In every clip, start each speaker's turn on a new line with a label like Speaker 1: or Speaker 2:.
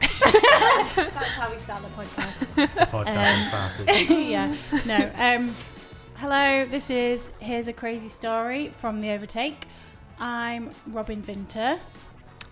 Speaker 1: That's how we start the podcast.
Speaker 2: Um,
Speaker 3: podcast started.
Speaker 1: yeah. No. Um, hello. This is here's a crazy story from the Overtake. I'm Robin Vinter.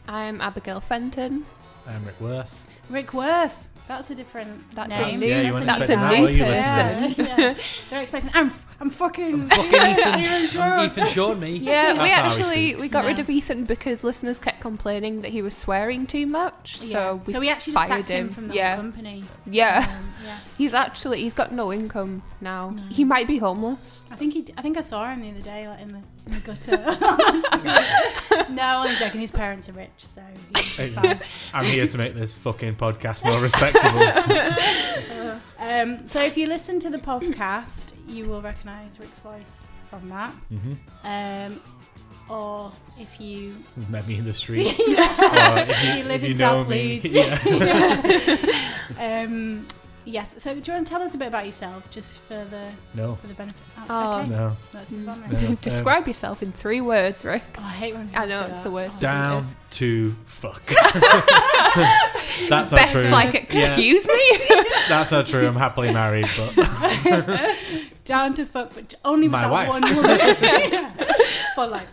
Speaker 2: I'm Abigail Fenton.
Speaker 3: I'm Rick Worth.
Speaker 1: Rick Worth. That's a different
Speaker 2: That's
Speaker 1: name.
Speaker 2: a new-
Speaker 3: Yeah, you
Speaker 2: that's,
Speaker 3: weren't
Speaker 2: a
Speaker 3: expecting that,
Speaker 2: new
Speaker 3: were you,
Speaker 2: person.
Speaker 3: listeners?
Speaker 1: Yeah, yeah. They're expecting. I'm. I'm fucking.
Speaker 3: Fucking Ethan,
Speaker 1: Ian Shaw.
Speaker 3: um, Ethan Shawn, me.
Speaker 2: Yeah,
Speaker 3: That's
Speaker 2: we
Speaker 3: not how he
Speaker 2: actually we
Speaker 3: speaks.
Speaker 2: got rid
Speaker 1: No.
Speaker 2: of Ethan because listeners kept complaining that he was swearing too much.
Speaker 1: Yeah.
Speaker 2: So we,
Speaker 1: actually just
Speaker 2: fired
Speaker 1: sacked him, from the
Speaker 2: yeah,
Speaker 1: company.
Speaker 2: yeah.
Speaker 1: Um, yeah.
Speaker 2: He's actually he's got no income now.
Speaker 1: No.
Speaker 2: He might be homeless.
Speaker 1: I think he. I think I saw him the other day, like in the, in the gutter. on Instagram. no, I'm only joking. His parents are rich, so he's fine.
Speaker 3: I'm here to make this fucking podcast more respectable.
Speaker 1: Um, so if you listen to the podcast, you will recognise Rick's voice from that.
Speaker 3: Mm-hmm.
Speaker 1: Um, or if you,
Speaker 3: You've met me in the street. Or if you,
Speaker 1: You live
Speaker 3: if
Speaker 1: in
Speaker 3: you know
Speaker 1: South
Speaker 3: me.
Speaker 1: Leeds.
Speaker 3: Yeah.
Speaker 1: um, yes. So do you want to tell us a bit about yourself, just for the
Speaker 3: No,
Speaker 1: for the benefit?
Speaker 2: Oh.
Speaker 1: okay.
Speaker 3: no.
Speaker 1: Let's move on.
Speaker 3: No.
Speaker 1: Rick.
Speaker 3: Um,
Speaker 2: Describe yourself in three words, Rick.
Speaker 1: Oh, I hate when
Speaker 2: I
Speaker 1: people say
Speaker 2: know, it's
Speaker 1: that.
Speaker 2: the worst.
Speaker 1: Oh,
Speaker 3: Down
Speaker 2: Yes.
Speaker 3: to fuck. That's not
Speaker 2: Beth's
Speaker 3: true.
Speaker 2: like,
Speaker 3: Yeah,
Speaker 2: excuse me.
Speaker 3: that's not true. I'm happily married, but
Speaker 1: down to fuck, but only with
Speaker 3: My
Speaker 1: that
Speaker 3: wife.
Speaker 1: one woman for life.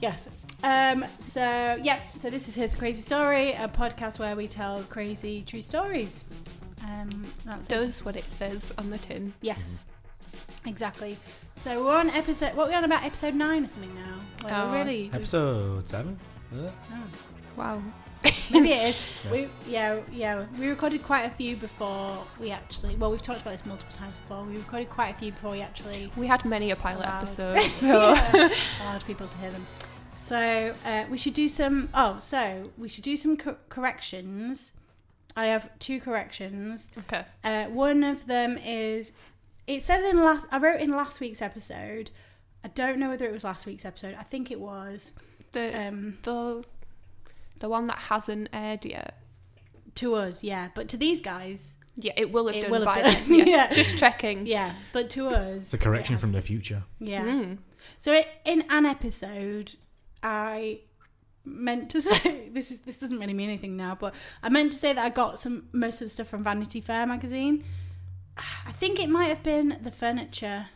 Speaker 1: yes. Um, so yeah. So this is his crazy story, a podcast where we tell crazy true stories. Um, that's it.
Speaker 2: Does what it says on the tin.
Speaker 1: Yes. Exactly. So we're on episode. What are we on about? Episode nine or something now. Where
Speaker 2: Oh.
Speaker 1: we're really.
Speaker 3: episode seven. Is it?
Speaker 2: Wow.
Speaker 1: Maybe it is. We yeah yeah we recorded quite a few before we actually. Well, we've talked about this multiple times before. We recorded quite a few before we actually
Speaker 2: We had many a pilot
Speaker 1: Allowed.
Speaker 2: episode, so
Speaker 1: Yeah. allowed people to hear them. So uh, we should do some. Oh, so we should do some co- corrections. I have two corrections.
Speaker 2: okay.
Speaker 1: Uh, one of them is it says in last. I wrote in last week's episode. I don't know whether it was last week's episode. I think it was
Speaker 2: The
Speaker 1: um,
Speaker 2: the the one that hasn't aired yet.
Speaker 1: to us. Yeah, but to these guys,
Speaker 2: Yeah, it will have
Speaker 1: It
Speaker 2: done
Speaker 1: will have
Speaker 2: by
Speaker 1: done.
Speaker 2: then. Yes.
Speaker 1: Yeah.
Speaker 2: Just checking.
Speaker 1: yeah, but to us,
Speaker 3: It's a correction from the future.
Speaker 1: Yeah. So it, in an episode, I meant to say this is this doesn't really mean anything now, but I meant to say that I got some most of the stuff from Vanity Fair magazine. I think it might have been the furniture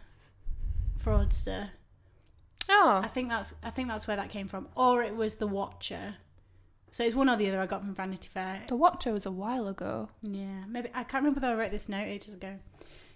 Speaker 1: fraudster. I
Speaker 2: Oh.
Speaker 1: think that's I think that's where that came from, or it was the Watcher. So it's one or the other I got from Vanity Fair.
Speaker 2: The Watcher was a while ago.
Speaker 1: Yeah, maybe I can't remember whether I wrote this note ages ago.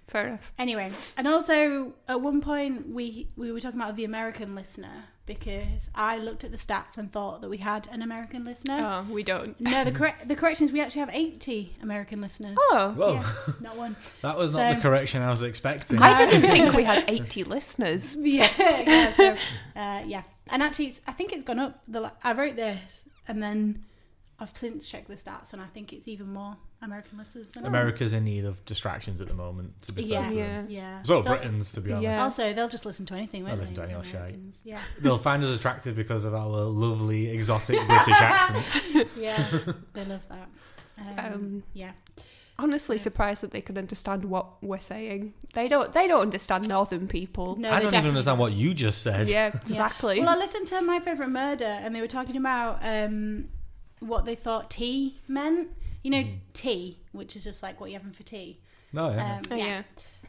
Speaker 2: Fair enough.
Speaker 1: Anyway, and also at one point we we were talking about the American listener because I looked at the stats and thought that we had an American listener.
Speaker 2: Oh, we don't.
Speaker 1: No, the correct the correction is we actually have eighty American listeners.
Speaker 2: Oh.
Speaker 3: Whoa,
Speaker 1: Yeah, not one.
Speaker 3: that was not
Speaker 1: So-
Speaker 3: the correction I was expecting.
Speaker 2: I didn't think we had 80 listeners.
Speaker 1: Yeah, yeah. So, uh, yeah, and actually, it's, I think it's gone up. The la- I wrote this, and then I've since checked the stats, and I think it's even more American listeners than
Speaker 3: America's in need of distractions at the moment. To be fair,
Speaker 1: Yeah,
Speaker 3: to them.
Speaker 1: yeah, yeah.
Speaker 3: As well,
Speaker 1: They'll-
Speaker 3: Britain's to be honest.
Speaker 2: Yeah.
Speaker 1: Also, they'll just listen to anything. Won't
Speaker 3: They'll listen
Speaker 1: they,
Speaker 3: to any old shite.
Speaker 1: Americans? Yeah.
Speaker 3: They'll find us attractive because of our lovely exotic British accents.
Speaker 1: Yeah, they love that. Um,
Speaker 2: Um,
Speaker 1: yeah,
Speaker 2: honestly surprised that they could understand what we're saying. They don't they don't understand northern people.
Speaker 3: I
Speaker 1: no, they
Speaker 3: don't even
Speaker 1: definitely-
Speaker 3: understand what you just said.
Speaker 2: Yeah,
Speaker 1: Yeah.
Speaker 2: exactly.
Speaker 1: Well, I listened to my favorite murder, and they were talking about um, what they thought tea meant. You know,
Speaker 3: Mm.
Speaker 1: tea, which is just like what you're having for tea.
Speaker 3: No, yeah.
Speaker 2: Oh,
Speaker 1: Um, yeah.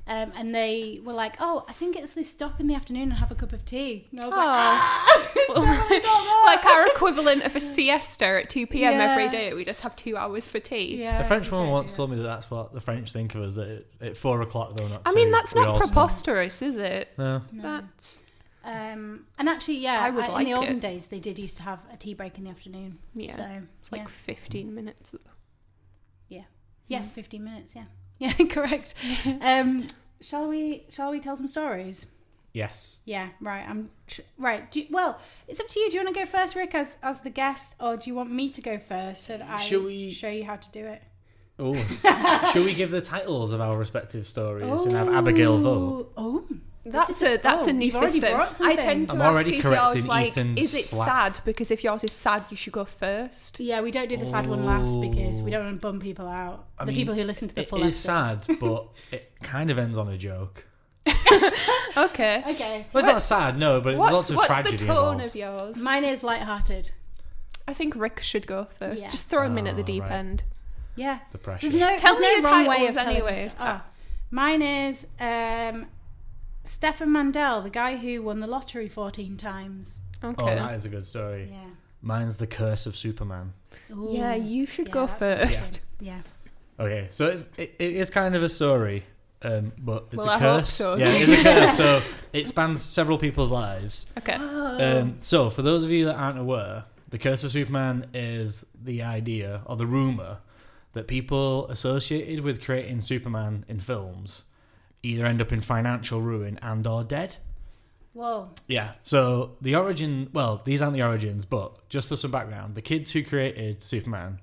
Speaker 1: Um, and they were like, "Oh, I think it's this stop in the afternoon and have a cup of tea." And I was like, "Ah,
Speaker 2: like our equivalent of a siesta at 2 p.m. every
Speaker 1: Yeah.
Speaker 2: day. We just have two hours for tea.
Speaker 1: "Yeah."
Speaker 3: the French
Speaker 1: we
Speaker 3: woman
Speaker 1: don't
Speaker 3: once
Speaker 1: do
Speaker 3: told me that that's what the French think of us that it- at four o'clock though. Not
Speaker 2: I
Speaker 3: two,
Speaker 2: mean, that's
Speaker 3: we
Speaker 2: not
Speaker 3: all snore.
Speaker 2: preposterous, is it?
Speaker 3: No.
Speaker 2: That's
Speaker 1: that." Um, and actually, yeah,
Speaker 2: I would
Speaker 1: in
Speaker 2: like
Speaker 1: the olden
Speaker 2: it.
Speaker 1: days they did used to have a tea break in the afternoon.
Speaker 2: Yeah.
Speaker 1: So
Speaker 2: it's like
Speaker 1: yeah.
Speaker 2: 15 minutes.
Speaker 1: Yeah. Yeah, 15 minutes, yeah. Yeah, correct. um shall we shall we tell some stories?
Speaker 3: Yes.
Speaker 1: Yeah, right. I'm tr- right. Do you, well, it's up to you. Do you want to go first, Rick, as as the guest, or do you want me to go first so that I
Speaker 3: Shall we-
Speaker 1: show you how to do it?
Speaker 3: Oh, shall we give the titles of our respective stories and have Abigail vote?
Speaker 1: Oh,
Speaker 2: That's a that's a
Speaker 1: oh,
Speaker 2: new
Speaker 1: you've already
Speaker 2: system.
Speaker 1: brought
Speaker 2: I
Speaker 1: something.
Speaker 2: tend to
Speaker 3: I'm
Speaker 2: ask
Speaker 3: already
Speaker 2: if
Speaker 3: correcting
Speaker 2: yours like,
Speaker 3: Ethan's
Speaker 2: is it
Speaker 3: slack.
Speaker 2: sad? Because if yours is sad, you should go first.
Speaker 1: yeah. We don't do the sad one last
Speaker 3: Oh.
Speaker 1: because we don't want to bum people out.
Speaker 3: I
Speaker 1: the
Speaker 3: mean,
Speaker 1: people who listen to the full
Speaker 3: It is
Speaker 1: episode.
Speaker 3: sad, but it kind of ends on a joke.
Speaker 2: Okay.
Speaker 1: Okay,
Speaker 3: Well, it's not sad, no, but there's
Speaker 2: What's
Speaker 3: lots of
Speaker 2: what's the
Speaker 3: tragedy
Speaker 2: tone
Speaker 3: involved.
Speaker 2: of yours?
Speaker 1: mine is light-hearted.
Speaker 2: I think Rick should go first.
Speaker 1: Yeah.
Speaker 2: Just throw him in at the deep
Speaker 3: Ah, right.
Speaker 2: end.
Speaker 1: Yeah,
Speaker 3: The pressure.
Speaker 1: There's no,
Speaker 2: Tell
Speaker 1: there's
Speaker 2: me
Speaker 1: no
Speaker 2: your
Speaker 1: wrong way
Speaker 2: titles
Speaker 1: of telling
Speaker 2: anyway. Ah,
Speaker 1: this. Oh. Mine is um, Stefan Mandel, the guy who won the lottery 14 times.
Speaker 2: Okay.
Speaker 3: Oh, that is a good story.
Speaker 1: Yeah.
Speaker 3: Mine's the curse of Superman.
Speaker 1: Ooh.
Speaker 2: Mm. yeah, you should
Speaker 1: Yeah,
Speaker 2: go
Speaker 1: that's a good
Speaker 2: first.
Speaker 1: Yeah.
Speaker 3: Okay, so it's, it, it is kind of a story, um, but it's
Speaker 2: Well,
Speaker 3: a
Speaker 2: I hope
Speaker 3: curse.
Speaker 2: so.
Speaker 3: Yeah, it's a curse. So it spans several people's lives.
Speaker 2: Okay. Oh.
Speaker 3: Um, so, for those of you that aren't aware, the Curse of Superman is the idea or the rumor that people associated with creating Superman in films either end up in financial ruin and or dead.
Speaker 1: Whoa.
Speaker 3: Yeah. So the origin, well, these aren't the origins, but just for some background, the kids who created Superman,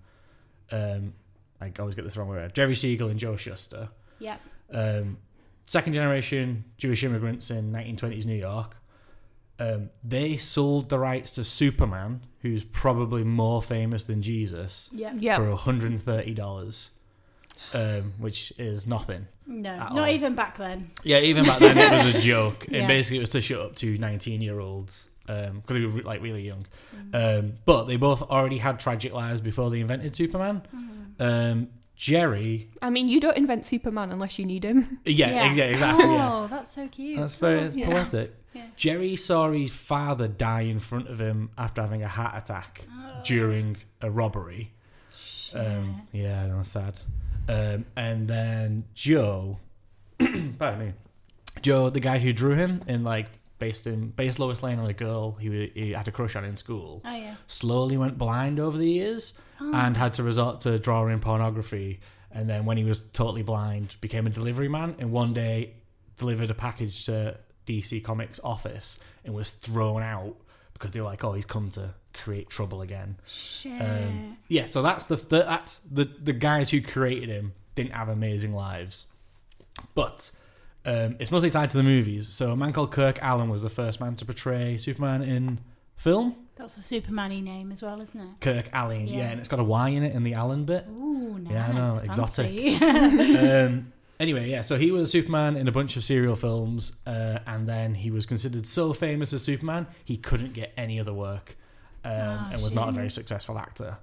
Speaker 3: um, I always get this wrong way around, Jerry Siegel and Joe Shuster,
Speaker 1: Yeah.
Speaker 3: um, second generation Jewish immigrants in 1920s New York. Um, they sold the rights to Superman, who's probably more famous than Jesus,
Speaker 1: Yeah.
Speaker 2: Yeah.
Speaker 3: for 130 dollars, um, which is nothing.
Speaker 1: No,
Speaker 3: At
Speaker 1: not
Speaker 3: all.
Speaker 1: even back then.
Speaker 3: Yeah, even back then it was a joke, and
Speaker 1: Yeah.
Speaker 3: basically it was to shut up to nineteen-year-olds because they were like really young. Um, but they both already had tragic lives before they invented Superman. Um, Jerry,
Speaker 2: I mean, you don't invent Superman unless you need him.
Speaker 3: yeah,
Speaker 1: Yeah.
Speaker 3: exa- exactly.
Speaker 1: Oh,
Speaker 3: Yeah.
Speaker 1: that's so cute.
Speaker 3: That's very it's poetic. Jerry saw his father die in front of him after having a heart attack during a robbery. Um, yeah, I know, sad. Um, and then Joe, pardon me, Joe, the guy who drew him and like based him, based Lois Lane on a girl he, he had a crush on in school,
Speaker 1: Oh, yeah.
Speaker 3: slowly went blind over the years and had to resort to drawing pornography. And then when he was totally blind, became a delivery man. And one day delivered a package to DC Comics office and was thrown out because they were like, "Oh, he's come to create trouble again."
Speaker 1: Shit.
Speaker 3: Um, yeah, so that's the, the that's the the guys who created him didn't have amazing lives, but um, it's mostly tied to the movies. So a man called Kirk Allen was the first man to portray Superman in film.
Speaker 1: that's a Superman y name as well, isn't it?
Speaker 3: Kirk Allen, yeah.
Speaker 1: Yeah.
Speaker 3: and it's got a Y in it in the Allen bit.
Speaker 1: Ooh, nice.
Speaker 3: Yeah, I know,
Speaker 1: Fancy.
Speaker 3: um, anyway, yeah, so he was Superman in a bunch of serial films, uh, and then he was considered so famous as Superman, he couldn't get any other work um, and was not a very successful actor.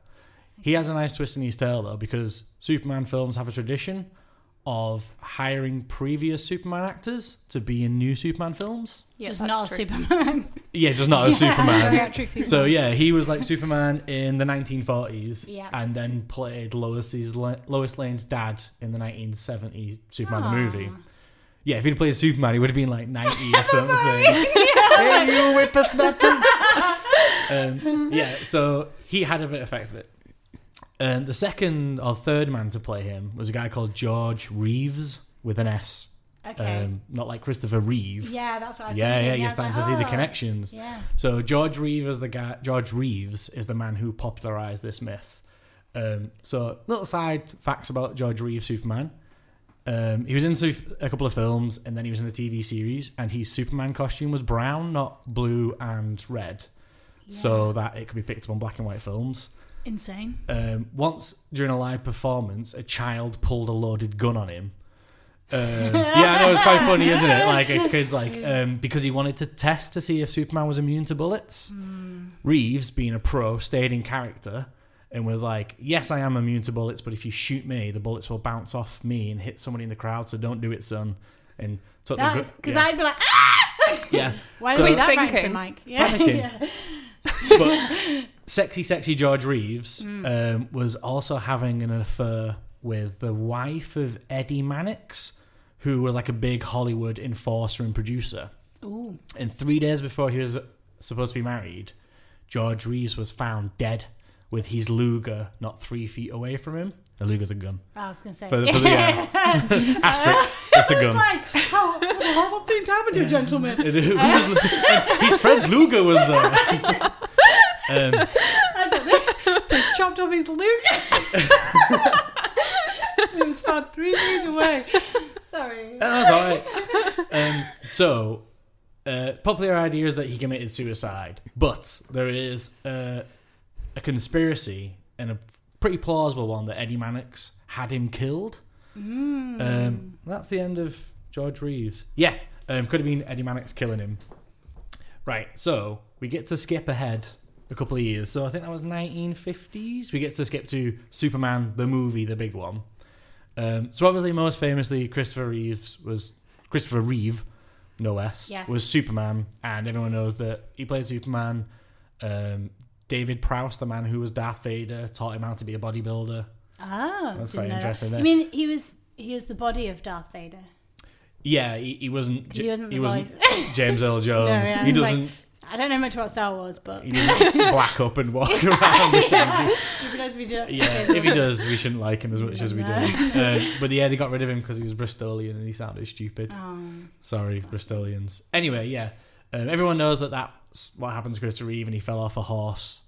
Speaker 3: He has a nice twist in his tail, though, because Superman films have a tradition of hiring previous Superman actors to be in new Superman films.
Speaker 2: Yeah,
Speaker 1: Just
Speaker 2: that's
Speaker 1: not
Speaker 2: true.
Speaker 1: a Superman.
Speaker 3: Yeah, just not as Superman.
Speaker 1: Geriatric Superman.
Speaker 3: So yeah, he was like Superman in the 1940s,
Speaker 1: Yeah.
Speaker 3: and then played Lois's Lois Lane's dad in the 1970 Superman the movie. Yeah, if he'd played Superman, he would have been like 90 or something. hey, you whippersnappers! um, yeah, so he had a bit of effect of it. Um, the second or third man to play him was a guy called George Reeves with an S,
Speaker 1: Okay.
Speaker 3: um, not like Christopher Reeve.
Speaker 1: yeah, that's what I was
Speaker 3: Yeah,
Speaker 1: thinking.
Speaker 3: yeah,
Speaker 1: I
Speaker 3: you're
Speaker 1: was
Speaker 3: starting
Speaker 1: like,
Speaker 3: to see the
Speaker 1: oh.
Speaker 3: connections.
Speaker 1: Yeah.
Speaker 3: So George Reeves is the guy. George Reeves is the man who popularized this myth. Um, so little side facts about George Reeves Superman. Um, he was in su- a couple of films, and then he was in a TV series. And his Superman costume was brown, not blue and red, so that it could be picked up on black and white films.
Speaker 1: Insane.
Speaker 3: Um, once during a live performance, a child pulled a loaded gun on him. Um, yeah, I know it's quite funny, isn't it? Like a kid's like um, because he wanted to test to
Speaker 1: Hmm.
Speaker 3: see if Superman was immune to bullets. Reeves, being a pro, stayed in character and was like, "Yes, I am immune to bullets, but if you shoot me, the bullets will bounce off me and hit somebody in the crowd. So don't do it, son." And took the
Speaker 1: That
Speaker 3: gr-
Speaker 1: is because
Speaker 3: yeah.
Speaker 1: I'd be like, ah!
Speaker 3: yeah.
Speaker 1: Why
Speaker 3: So-
Speaker 1: did we that right into the
Speaker 2: Thinking.
Speaker 1: mic? Yeah.
Speaker 3: Panicking. but sexy, sexy George Reeves
Speaker 1: Mm.
Speaker 3: um, was also having an affair with the wife of Eddie Mannix, who was like a big Hollywood enforcer and producer.
Speaker 1: Ooh.
Speaker 3: And three days before he was supposed to be married, George Reeves was found dead with his Luger not three feet away from him. A Luger's a gun.
Speaker 1: I was gonna say.
Speaker 3: For the, for the uh, asterisk, it's a gun.
Speaker 1: It's like, how, how, what thing happened to a gentleman?
Speaker 3: Who was- and his friend Luger was there. um,
Speaker 1: chopped off his lute. it was found three feet away. Sorry.
Speaker 3: That's all right. Um, so, uh, popular idea is that he committed suicide, but there is uh, a conspiracy and a pretty plausible one that Eddie Mannix had him killed. Um, that's the end of George Reeves. Yeah, um, could have been Eddie Mannix killing him. Right, so we get to skip ahead a couple of years. So I think that was 1950s. We get to skip to Superman, the movie, the big one. Um, so obviously, most famously, Christopher Reeves was Christopher Reeve, no S,
Speaker 1: Yes.
Speaker 3: was Superman, and everyone knows that he played Superman. Um, David Prowse, the man who was Darth Vader, taught him how to be a bodybuilder.
Speaker 1: Oh, that's
Speaker 3: quite interesting there.
Speaker 1: I mean, he was he was the body of Darth Vader.
Speaker 3: Yeah, he, he wasn't. J-
Speaker 1: He wasn't the voice.
Speaker 3: James Earl Jones.
Speaker 1: No, yeah,
Speaker 3: he
Speaker 1: it's like-
Speaker 3: doesn't.
Speaker 1: I don't know much about Star Wars, but
Speaker 3: he doesn't black up and walk around. With things.
Speaker 1: if it does, we do.
Speaker 3: Yeah, if he does, we shouldn't like him as much as we do. Uh, but yeah, they got rid of him because he was Bristolian and he sounded stupid. Sorry, Bristolians. Anyway, yeah, um, everyone knows that that's what happened to Christopher Reeve, and he fell off a horse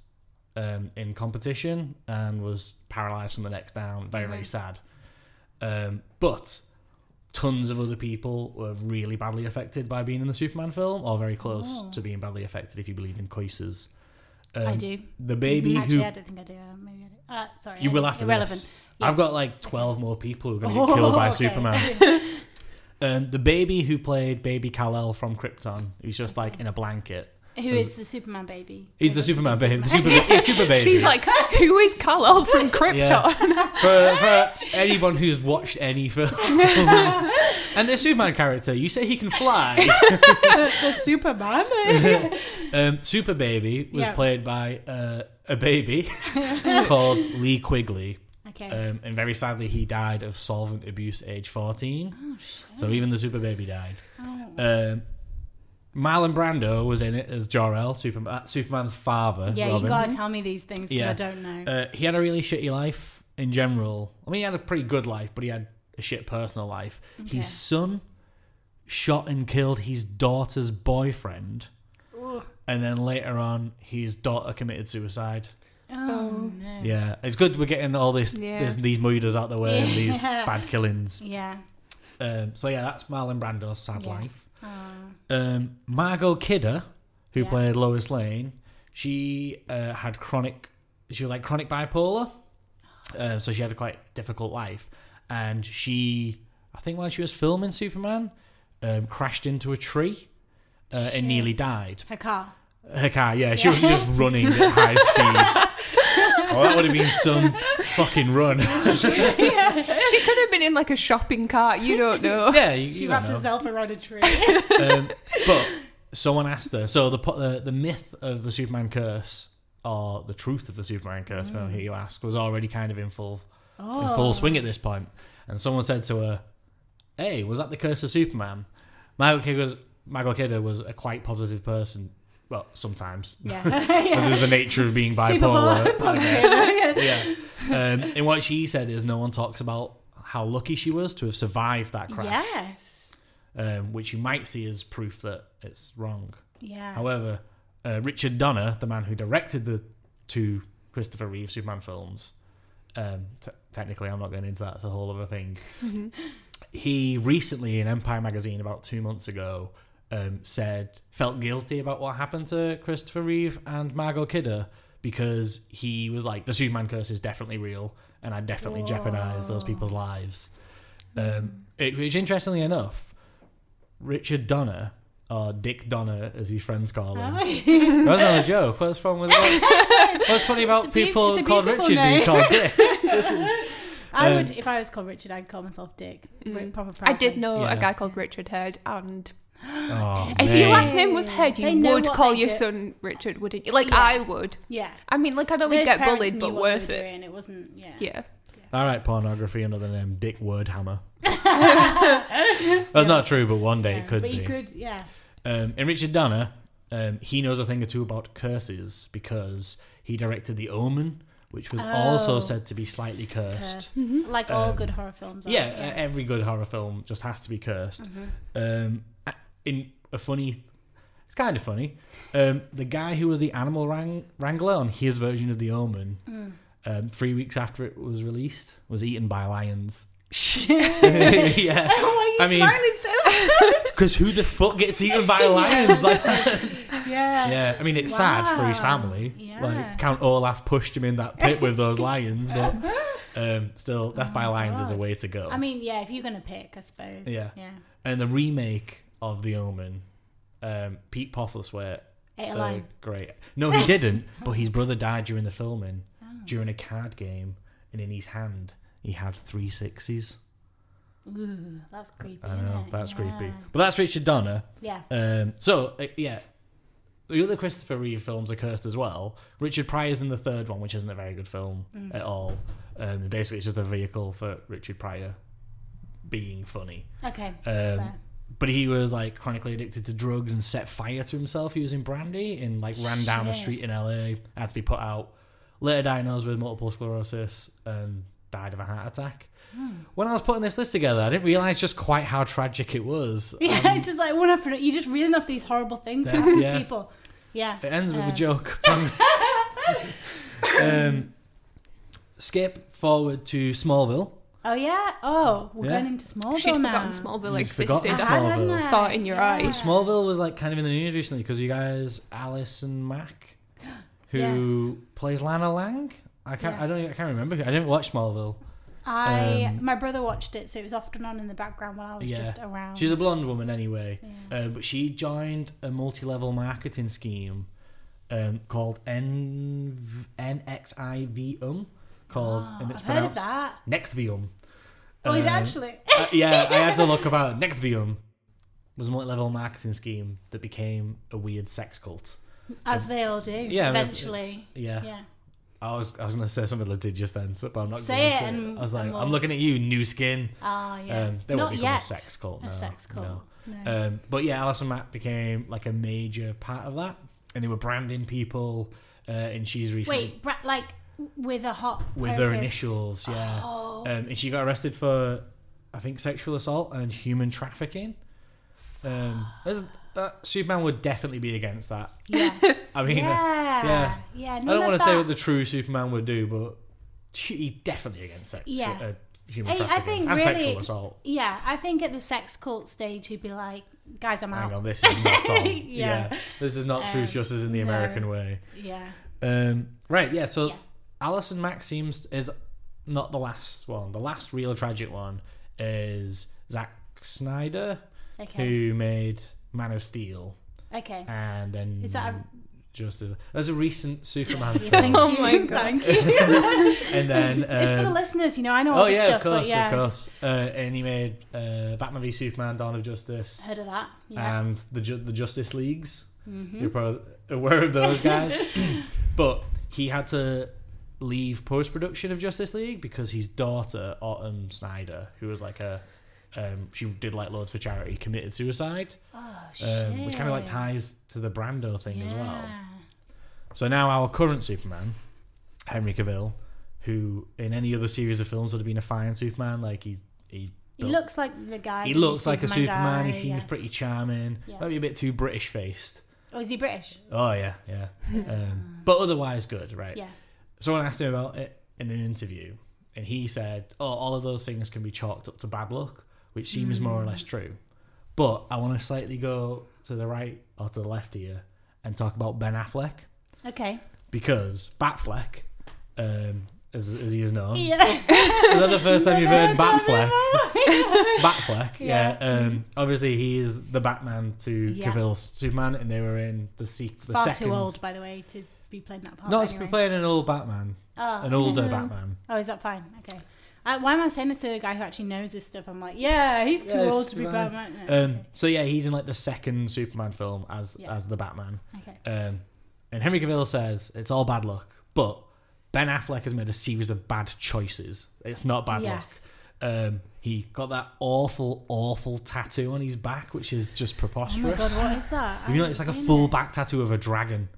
Speaker 3: um, in competition and was paralysed from the neck down. Very, very sad. Um, but tons of other people were really badly affected by being in the Superman film, or very close to being badly affected if you believe in coices.
Speaker 1: I do.
Speaker 3: The baby
Speaker 1: Actually,
Speaker 3: who
Speaker 1: I don't think I do. Uh, Maybe I do. Uh, sorry.
Speaker 3: you
Speaker 1: I-
Speaker 3: will after
Speaker 1: irrelevant.
Speaker 3: this. I've got like 12 more people who are going to get
Speaker 1: Oh,
Speaker 3: killed by
Speaker 1: okay.
Speaker 3: Superman. um, the baby who played Baby Kal-El from Krypton, who's just like in a blanket.
Speaker 1: Who is the Superman baby?
Speaker 3: He's the Superman baby. The super, he's super baby.
Speaker 2: She's like, who is Kal-El from
Speaker 3: Yeah.
Speaker 2: Krypton?
Speaker 3: for, for anyone who's watched any film. and the Superman character, you say he can fly.
Speaker 1: the Superman.
Speaker 3: Um, Super Baby was
Speaker 1: Yeah.
Speaker 3: played by uh, a baby called Lee Quigley.
Speaker 1: okay.
Speaker 3: Um, and very sadly, he died of solvent abuse age 14. So even the super baby died. Um, Marlon Brando was in it as Jor-El, Superman, Superman's father.
Speaker 1: yeah,
Speaker 3: Robin.
Speaker 1: you gotta tell me these things because
Speaker 3: Yeah.
Speaker 1: I don't know.
Speaker 3: Uh, he had a really shitty life in general. I mean, he had a pretty good life, but he had a shit personal life. His son shot and killed his daughter's boyfriend. And then later on, his daughter committed suicide.
Speaker 1: oh
Speaker 3: um,
Speaker 1: no.
Speaker 3: Yeah, it's good we're getting all this,
Speaker 2: Yeah.
Speaker 3: this these murders out the way and these
Speaker 1: Yeah.
Speaker 3: bad killings.
Speaker 1: Yeah.
Speaker 3: Um, so yeah, that's Marlon Brando's sad life. Um, Margot Kidder, who played Lois Lane, she uh, had chronic. She was like chronic bipolar, uh, so she had a quite difficult life. And she, I think, while she was filming Superman, um, crashed into a tree uh, and nearly died.
Speaker 1: Her car.
Speaker 3: Her car, yeah, she wasn't just running at high speed. oh, that would have been some fucking run.
Speaker 2: She could have been in like a shopping cart. You don't know.
Speaker 3: yeah, you,
Speaker 1: She
Speaker 3: you don't
Speaker 1: wrapped
Speaker 3: know.
Speaker 1: herself around a tree.
Speaker 3: um, but someone asked her. So the, po- the the myth of the Superman curse, or the truth of the Superman curse,
Speaker 1: Mm.
Speaker 3: now here you ask, was already kind of in full in
Speaker 1: Oh.
Speaker 3: full swing at this point. And someone said to her, "Hey, was that the curse of Superman?" Margot Kidder was, Margot Kidder was a quite positive person. Well, sometimes
Speaker 1: yeah.
Speaker 3: this is the nature of being bipolar.
Speaker 1: Super positive. yeah.
Speaker 3: yeah. Um, and what she said is, no one talks about how lucky she was to have survived that crash,
Speaker 1: Yes.
Speaker 3: um, which you might see as proof that it's wrong.
Speaker 1: Yeah.
Speaker 3: However, uh, Richard Donner, the man who directed the two Christopher Reeve Superman films, um, t- technically I'm not going into that, it's a whole other thing. he recently, in Empire magazine about two months ago, um, said felt guilty about what happened to Christopher Reeve and Margot Kidder because he was like, the Superman curse is definitely real and I definitely jeopardized those people's lives. Um, it, which, interestingly enough, Richard Donner or Dick Donner, as his friends call him. That's not a joke. What's wrong with that? What's funny about
Speaker 1: Oh. It's a beau-
Speaker 3: people
Speaker 1: it's a
Speaker 3: called
Speaker 1: beautiful
Speaker 3: Richard being
Speaker 1: name.
Speaker 3: called Dick?
Speaker 1: I
Speaker 3: Um,
Speaker 1: would, if I was called Richard, I'd call myself Dick. Like, proper
Speaker 2: Mm. I did
Speaker 1: proudly.
Speaker 2: know
Speaker 3: Yeah.
Speaker 2: a guy called Richard Heard, and
Speaker 3: Oh,
Speaker 2: if
Speaker 3: mate.
Speaker 2: your last name was Heard,
Speaker 1: They
Speaker 2: you
Speaker 1: know
Speaker 2: would
Speaker 1: what
Speaker 2: call
Speaker 1: they
Speaker 2: your
Speaker 1: do.
Speaker 2: son Richard, wouldn't you? Like
Speaker 1: Yeah.
Speaker 2: I would.
Speaker 1: Yeah.
Speaker 2: I mean, like I know we
Speaker 1: Those
Speaker 2: get
Speaker 1: parents
Speaker 2: bullied,
Speaker 1: knew
Speaker 2: but
Speaker 1: what
Speaker 2: worth
Speaker 1: they were
Speaker 2: it.
Speaker 1: doing, It wasn't. Yeah.
Speaker 2: Yeah.
Speaker 3: All right, pornography, another name, Dick Wordhammer. That's not true, but one day it could
Speaker 1: but
Speaker 3: be.
Speaker 1: you could, yeah.
Speaker 3: Um, and Richard Donner, um, he knows a thing or two about curses because he directed The Omen, which was also said to be slightly cursed.
Speaker 1: Oh. Cursed. Like all good horror films. Are.
Speaker 3: Um, Yeah, uh, every good horror film just has to be cursed.
Speaker 1: Mm-hmm.
Speaker 3: Um, a- in a funny, it's kind of funny. Um, the guy who was the animal wrang- wrangler on his version of The Omen,
Speaker 1: Mm.
Speaker 3: um, three weeks after it was released, was eaten by lions. yeah,
Speaker 1: Why are
Speaker 3: I
Speaker 1: you
Speaker 3: mean-
Speaker 1: smiling
Speaker 3: because who the fuck gets eaten by lions? Like,
Speaker 1: so? yeah.
Speaker 3: yeah, I mean it's sad for his family.
Speaker 1: Yeah.
Speaker 3: Like Count Olaf pushed him in that pit with those lions, but um, still, death by lions is a way to go.
Speaker 1: Oh, I mean, yeah. If you're gonna pick, I suppose.
Speaker 3: Yeah.
Speaker 1: Yeah.
Speaker 3: and the remake of The Omen, um, Pete Postlethwaite.
Speaker 1: Ate a
Speaker 3: uh,
Speaker 1: lion.
Speaker 3: great. No, he didn't. but his brother died during the filming,
Speaker 1: Oh.
Speaker 3: during a card game, and in his hand he had three sixes.
Speaker 1: Ooh, that's creepy.
Speaker 3: I know
Speaker 1: innit?
Speaker 3: that's
Speaker 1: yeah.
Speaker 3: creepy. But that's Richard Donner.
Speaker 1: Yeah.
Speaker 3: Um, so uh, yeah, the other Christopher Reeve films are cursed as well. Richard Pryor's in the third one, which isn't a very good film
Speaker 1: Mm.
Speaker 3: at all. Um, basically, it's just a vehicle for Richard Pryor being funny.
Speaker 1: Okay.
Speaker 3: Um,
Speaker 1: fair.
Speaker 3: but he was like chronically addicted to drugs and set fire to himself using brandy and like ran down a street in LA, had to be put out. Later diagnosed with multiple sclerosis and died of a heart attack.
Speaker 1: Hmm.
Speaker 3: When I was putting this list together, I didn't realize just quite how tragic it was.
Speaker 1: Yeah, it's just like one after another. You just reeling off these horrible things
Speaker 3: Yeah.
Speaker 1: happening
Speaker 3: um, Yeah.
Speaker 1: to people. Yeah.
Speaker 3: It ends with
Speaker 1: Um,
Speaker 3: a joke. um, skip forward to Smallville.
Speaker 1: Oh yeah. Oh, we're
Speaker 3: Yeah.
Speaker 1: going into Smallville
Speaker 2: She'd
Speaker 1: now.
Speaker 2: forgotten Smallville
Speaker 3: You'd forgotten
Speaker 2: existed. I
Speaker 3: Smallville.
Speaker 2: saw it in your
Speaker 1: Yeah.
Speaker 2: eyes.
Speaker 3: Smallville was like kind of in the news recently because you guys, Alice and Mac, who
Speaker 1: Yes.
Speaker 3: plays Lana Lang. I can't. I don't.
Speaker 1: Yes.
Speaker 3: I can't remember. who- I didn't watch Smallville.
Speaker 1: I
Speaker 3: Um,
Speaker 1: my brother watched it, so it was often on in the background while I was
Speaker 3: yeah,
Speaker 1: just around.
Speaker 3: she's a blonde woman anyway, uh, but she joined a multi-level marketing scheme um, called N- NXIVM, called and it's
Speaker 1: Ah, I've heard of
Speaker 3: pronounced
Speaker 1: that.
Speaker 3: Nextvium.
Speaker 1: oh, he's
Speaker 3: uh,
Speaker 1: actually.
Speaker 3: Uh, yeah, I had to look about it. Nextvium was a multi-level marketing scheme that became a weird sex cult.
Speaker 1: As they all do.
Speaker 3: Yeah, I mean, it's-
Speaker 1: Eventually.
Speaker 3: it's- yeah.
Speaker 1: Yeah.
Speaker 3: I was I was gonna say something litigious then, so, but I'm not
Speaker 1: Say
Speaker 3: gonna
Speaker 1: it
Speaker 3: say
Speaker 1: and-
Speaker 3: it. I was like,
Speaker 1: and we'll-
Speaker 3: I'm looking at you, new skin.
Speaker 1: Ah, yeah.
Speaker 3: Um, they
Speaker 1: Not
Speaker 3: won't become
Speaker 1: yet.
Speaker 3: a sex cult.
Speaker 1: A
Speaker 3: No,
Speaker 1: sex cult.
Speaker 3: no.
Speaker 1: No.
Speaker 3: Um, but yeah, Alice and Matt became like a major part of that, and they were branding people. Uh, and she's recently
Speaker 1: Wait, bra- like with a hot.
Speaker 3: with her
Speaker 1: progress.
Speaker 3: initials, yeah.
Speaker 1: Oh.
Speaker 3: Um, and she got arrested for, I think, sexual assault and human trafficking. Um, there's- uh, Superman would definitely be against that.
Speaker 1: Yeah.
Speaker 3: I mean, uh,
Speaker 1: Yeah.
Speaker 3: yeah.
Speaker 1: Yeah.
Speaker 3: I don't want to say what
Speaker 1: the.
Speaker 3: the true Superman would do, but he's definitely against sex,
Speaker 1: Yeah.
Speaker 3: uh, human
Speaker 1: I- I
Speaker 3: trafficking
Speaker 1: think
Speaker 3: and
Speaker 1: really-
Speaker 3: sexual assault.
Speaker 1: Yeah, I think at the sex cult stage, he'd be like, guys, I'm out.
Speaker 3: Hang on, this is not on. yeah.
Speaker 1: Yeah. Um,
Speaker 3: this is not truth, justice in the American way.
Speaker 1: Yeah.
Speaker 3: Um, right, yeah. So
Speaker 1: Yeah.
Speaker 3: Alice and Max seems is not the last one. The last real tragic one is Zack Snyder,
Speaker 1: Okay.
Speaker 3: who made Man of Steel,
Speaker 1: Okay.
Speaker 3: and then
Speaker 1: Is that a-
Speaker 3: just as there's a recent Superman
Speaker 1: Thank
Speaker 3: film,
Speaker 2: Oh
Speaker 1: you.
Speaker 2: my God.
Speaker 1: Thank you.
Speaker 3: and then um,
Speaker 1: it's for the listeners, you know. I know all
Speaker 3: oh
Speaker 1: this
Speaker 3: yeah,
Speaker 1: stuff,
Speaker 3: of course,
Speaker 1: but yeah,
Speaker 3: of course. Uh, and he made uh, Batman v Superman: Dawn of Justice,
Speaker 1: heard of that. Yeah. Mm-hmm.
Speaker 3: and the Ju- the Justice Leagues. You're probably aware of those guys. but he had to leave post production of Justice League because his daughter Autumn Snyder, who was like a um, she did like loads for charity, committed suicide,
Speaker 1: oh shit.
Speaker 3: um, which kind of like ties to the Brando thing as well.
Speaker 1: Yeah.
Speaker 3: So now our current Superman, Henry Cavill, who in any other series of films would have been a fine Superman, like he he
Speaker 1: He
Speaker 3: built-
Speaker 1: looks like the guy.
Speaker 3: he
Speaker 1: from
Speaker 3: looks like a Superman.
Speaker 1: guy,
Speaker 3: He seems
Speaker 1: yeah.
Speaker 3: pretty charming.
Speaker 1: Yeah.
Speaker 3: Maybe a bit too British faced.
Speaker 1: Oh, is he British?
Speaker 3: Oh yeah, yeah. Um, but otherwise good, right?
Speaker 1: Yeah.
Speaker 3: Someone asked him about it in an interview, and he said, "Oh, all of those things can be chalked up to bad luck," which seems more
Speaker 1: Mm.
Speaker 3: or less true. But I want to slightly go to the right or to the left here and talk about Ben Affleck
Speaker 1: Okay.
Speaker 3: because Batfleck, um, as, as he is known.
Speaker 1: Yeah.
Speaker 3: Is that the first time you've heard Batfleck? Batfleck,
Speaker 1: Yeah.
Speaker 3: yeah. Um, obviously, he is the Batman to
Speaker 1: Yeah.
Speaker 3: Cavill's Superman, and they were in the, se- the
Speaker 1: Far
Speaker 3: second.
Speaker 1: too old, by the way, to be playing that part.
Speaker 3: Not as
Speaker 1: anyway.
Speaker 3: playing an old Batman,
Speaker 1: Oh,
Speaker 3: an older
Speaker 1: okay.
Speaker 3: Batman.
Speaker 1: Oh, is that fine? Okay. Uh, why am I saying this to a guy who actually knows this stuff? I'm like, yeah, he's too
Speaker 3: Yeah,
Speaker 1: old
Speaker 3: it's
Speaker 1: to be
Speaker 3: fine.
Speaker 1: Batman. No,
Speaker 3: Um, so yeah, he's in like the second Superman film as
Speaker 1: Yeah.
Speaker 3: as the Batman.
Speaker 1: okay.
Speaker 3: Um, and Henry Cavill says it's all bad luck, but Ben Affleck has made a series of bad choices. It's not bad
Speaker 1: Yes.
Speaker 3: luck. Um, he got that awful, awful tattoo on his back, which is just
Speaker 1: Oh
Speaker 3: preposterous.
Speaker 1: my god, what is that?
Speaker 3: you know, it's like a full back tattoo of a dragon.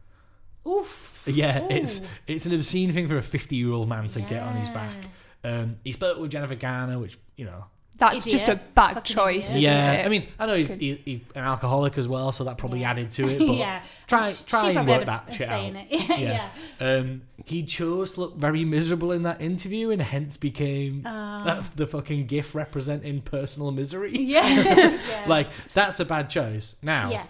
Speaker 1: Oof.
Speaker 3: Yeah, it's
Speaker 1: Ooh.
Speaker 3: it's an obscene thing for a fifty-year-old man to get on his back.
Speaker 1: Yeah.
Speaker 3: Um, he split up with Jennifer Garner, which you know.
Speaker 2: That's
Speaker 1: Idiot.
Speaker 2: just a bad
Speaker 1: Fucking
Speaker 2: choice.
Speaker 1: idiot.
Speaker 2: Isn't
Speaker 3: yeah,
Speaker 2: it?
Speaker 3: I mean, I know he's,
Speaker 2: Good.
Speaker 3: he's, he's an alcoholic as well, so that probably added to it. But
Speaker 1: yeah.
Speaker 3: try
Speaker 1: And she-
Speaker 3: try
Speaker 1: she
Speaker 3: and
Speaker 1: probably
Speaker 3: work
Speaker 1: had a-
Speaker 3: that
Speaker 1: a
Speaker 3: shit
Speaker 1: say
Speaker 3: out.
Speaker 1: in it. Yeah,
Speaker 3: Um, he chose to look very miserable in that interview, and hence became
Speaker 1: Ah.
Speaker 3: that, the fucking gif representing personal misery.
Speaker 1: Yeah. Yeah.
Speaker 3: Like that's a bad choice. Now,
Speaker 1: Yeah.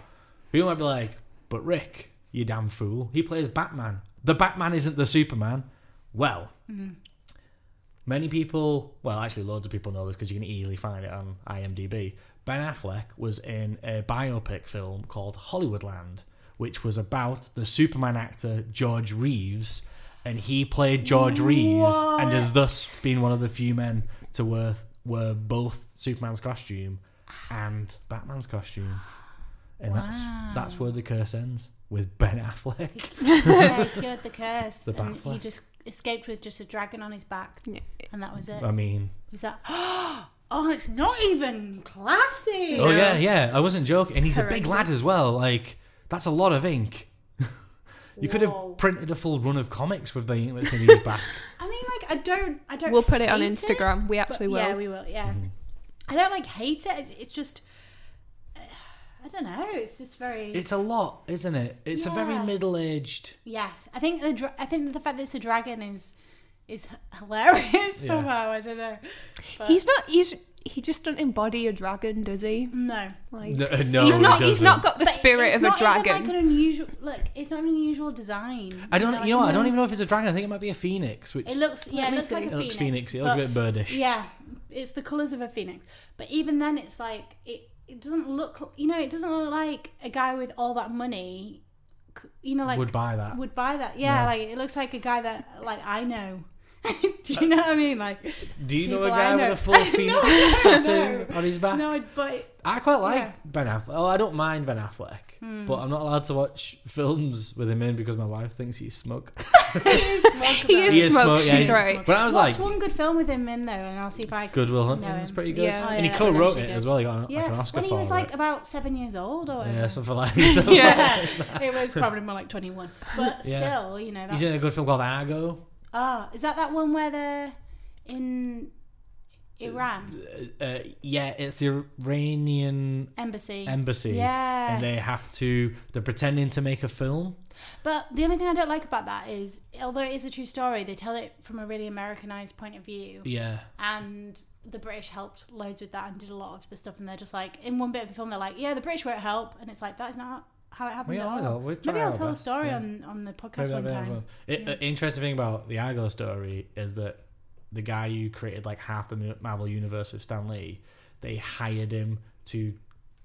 Speaker 3: people might be like, "But Rick, you damn fool! He plays Batman. The Batman isn't the Superman." Well, many people, well, actually, loads of people know this because you can easily find it on IMDb. Ben Affleck was in a biopic film called Hollywoodland, which was about the Superman actor George Reeves, and he played George Reeves and has thus been one of the few men to wear, wear both Superman's costume and Batman's costume. And that's that's where the curse ends with Ben Affleck.
Speaker 1: yeah, he cured the curse.
Speaker 3: The
Speaker 1: and
Speaker 3: Batfleck.
Speaker 1: he just escaped with just a dragon on his back.
Speaker 2: Yeah.
Speaker 1: And that was it.
Speaker 3: I mean,
Speaker 1: He's like, oh, it's not even classy.
Speaker 3: Oh yeah, yeah. I wasn't joking. And he's a big
Speaker 1: horrendous.
Speaker 3: lad as well. Like that's a lot of ink. you could
Speaker 1: Whoa.
Speaker 3: have printed a full run of comics with the ink that's in his back.
Speaker 1: I mean, like, I don't, I don't.
Speaker 2: We'll put it on
Speaker 1: hate
Speaker 2: Instagram. We
Speaker 1: but-
Speaker 2: actually
Speaker 1: Yeah,
Speaker 2: will.
Speaker 1: we will. Yeah,
Speaker 3: Mm.
Speaker 1: I don't like hate it. It- It's just, I don't know. It's just very.
Speaker 3: It's a lot, isn't it? It's a very
Speaker 1: Yeah.
Speaker 3: middle-aged.
Speaker 1: yes, I think the dra- I think the fact that it's a dragon is is h- hilarious somehow. I don't know.
Speaker 2: He's not. He's he just doesn't embody a dragon, does he?
Speaker 1: No.
Speaker 2: Like
Speaker 3: No, no,
Speaker 2: he's
Speaker 3: he
Speaker 2: not. He's
Speaker 3: doesn't.
Speaker 2: not got the
Speaker 1: But
Speaker 2: spirit
Speaker 1: it's
Speaker 2: of a
Speaker 1: not
Speaker 2: dragon.
Speaker 1: Even like an unusual, like it's not an unusual design.
Speaker 3: I don't. You know,
Speaker 1: like,
Speaker 3: what? I don't even know if it's a dragon. I think it might be a phoenix. Which
Speaker 1: It looks, yeah, it
Speaker 2: me
Speaker 1: looks
Speaker 2: see.
Speaker 1: like a
Speaker 3: It looks
Speaker 1: phoenix.
Speaker 3: phoenixy. It looks a
Speaker 1: but-
Speaker 3: bit birdish.
Speaker 1: Yeah, it's the colours of a phoenix. But even then, it's like it. It doesn't look, you know, it doesn't look like a guy with all that money, c- you know, like
Speaker 3: Would buy that.
Speaker 1: Would buy that, yeah.
Speaker 3: Yeah.
Speaker 1: Like it looks like a guy that, like I know. Do you know what I mean? Like,
Speaker 3: Do you know a
Speaker 1: people I
Speaker 3: guy
Speaker 1: know-
Speaker 3: with a full phoenix tattoo on his back?
Speaker 1: no, but
Speaker 3: I quite like
Speaker 1: Yeah.
Speaker 3: Ben Affleck. Oh, I don't mind Ben Affleck, but I'm not allowed to watch films with him in because my wife thinks he's smug.
Speaker 2: he is
Speaker 3: He is
Speaker 2: smoke.
Speaker 3: smoke, yeah,
Speaker 2: she's
Speaker 3: he's
Speaker 2: right.
Speaker 3: But I was
Speaker 1: what's
Speaker 3: like,
Speaker 1: one good film with him in though? And I'll see if I can
Speaker 3: Goodwill
Speaker 1: know
Speaker 3: Hunting was
Speaker 1: him.
Speaker 3: pretty good.
Speaker 2: Yeah. Oh,
Speaker 3: and he
Speaker 1: yeah, it was
Speaker 3: co-wrote
Speaker 1: actually
Speaker 3: it as
Speaker 1: good.
Speaker 3: well. He got an,
Speaker 1: Yeah,
Speaker 3: like an Oscar
Speaker 1: when he
Speaker 3: for
Speaker 1: was
Speaker 3: it.
Speaker 1: like about seven years old or
Speaker 3: yeah,
Speaker 1: whatever.
Speaker 3: something like that.
Speaker 2: Yeah.
Speaker 1: it was probably more like twenty one, but
Speaker 3: Yeah.
Speaker 1: still, you know, that's,
Speaker 3: He's in a good film called Argo.
Speaker 1: Ah, is that that one where they're in Iran
Speaker 3: Uh, yeah, it's the Iranian
Speaker 1: embassy?
Speaker 3: embassy.
Speaker 1: Yeah.
Speaker 3: And they have to, they're pretending to make a film.
Speaker 1: but the only thing I don't like about that is, although it is a true story, they tell it from a really Americanized point of view,
Speaker 3: Yeah.
Speaker 1: and the British helped loads with that and did a lot of the stuff. And they're just like, in one bit of the film, they're like, "Yeah, the British won't help," and it's like that is not how it happened.
Speaker 3: We
Speaker 1: at
Speaker 3: always
Speaker 1: all.
Speaker 3: help. We
Speaker 1: Maybe
Speaker 3: try
Speaker 1: I'll
Speaker 3: our
Speaker 1: tell a
Speaker 3: best,
Speaker 1: story
Speaker 3: yeah.
Speaker 1: on on the podcast
Speaker 3: Maybe
Speaker 1: one
Speaker 3: that'd be
Speaker 1: time.
Speaker 3: helpful. It, The interesting thing about the Argo story is that the guy who created like half the Mar- Marvel universe with Stan Lee, they hired him to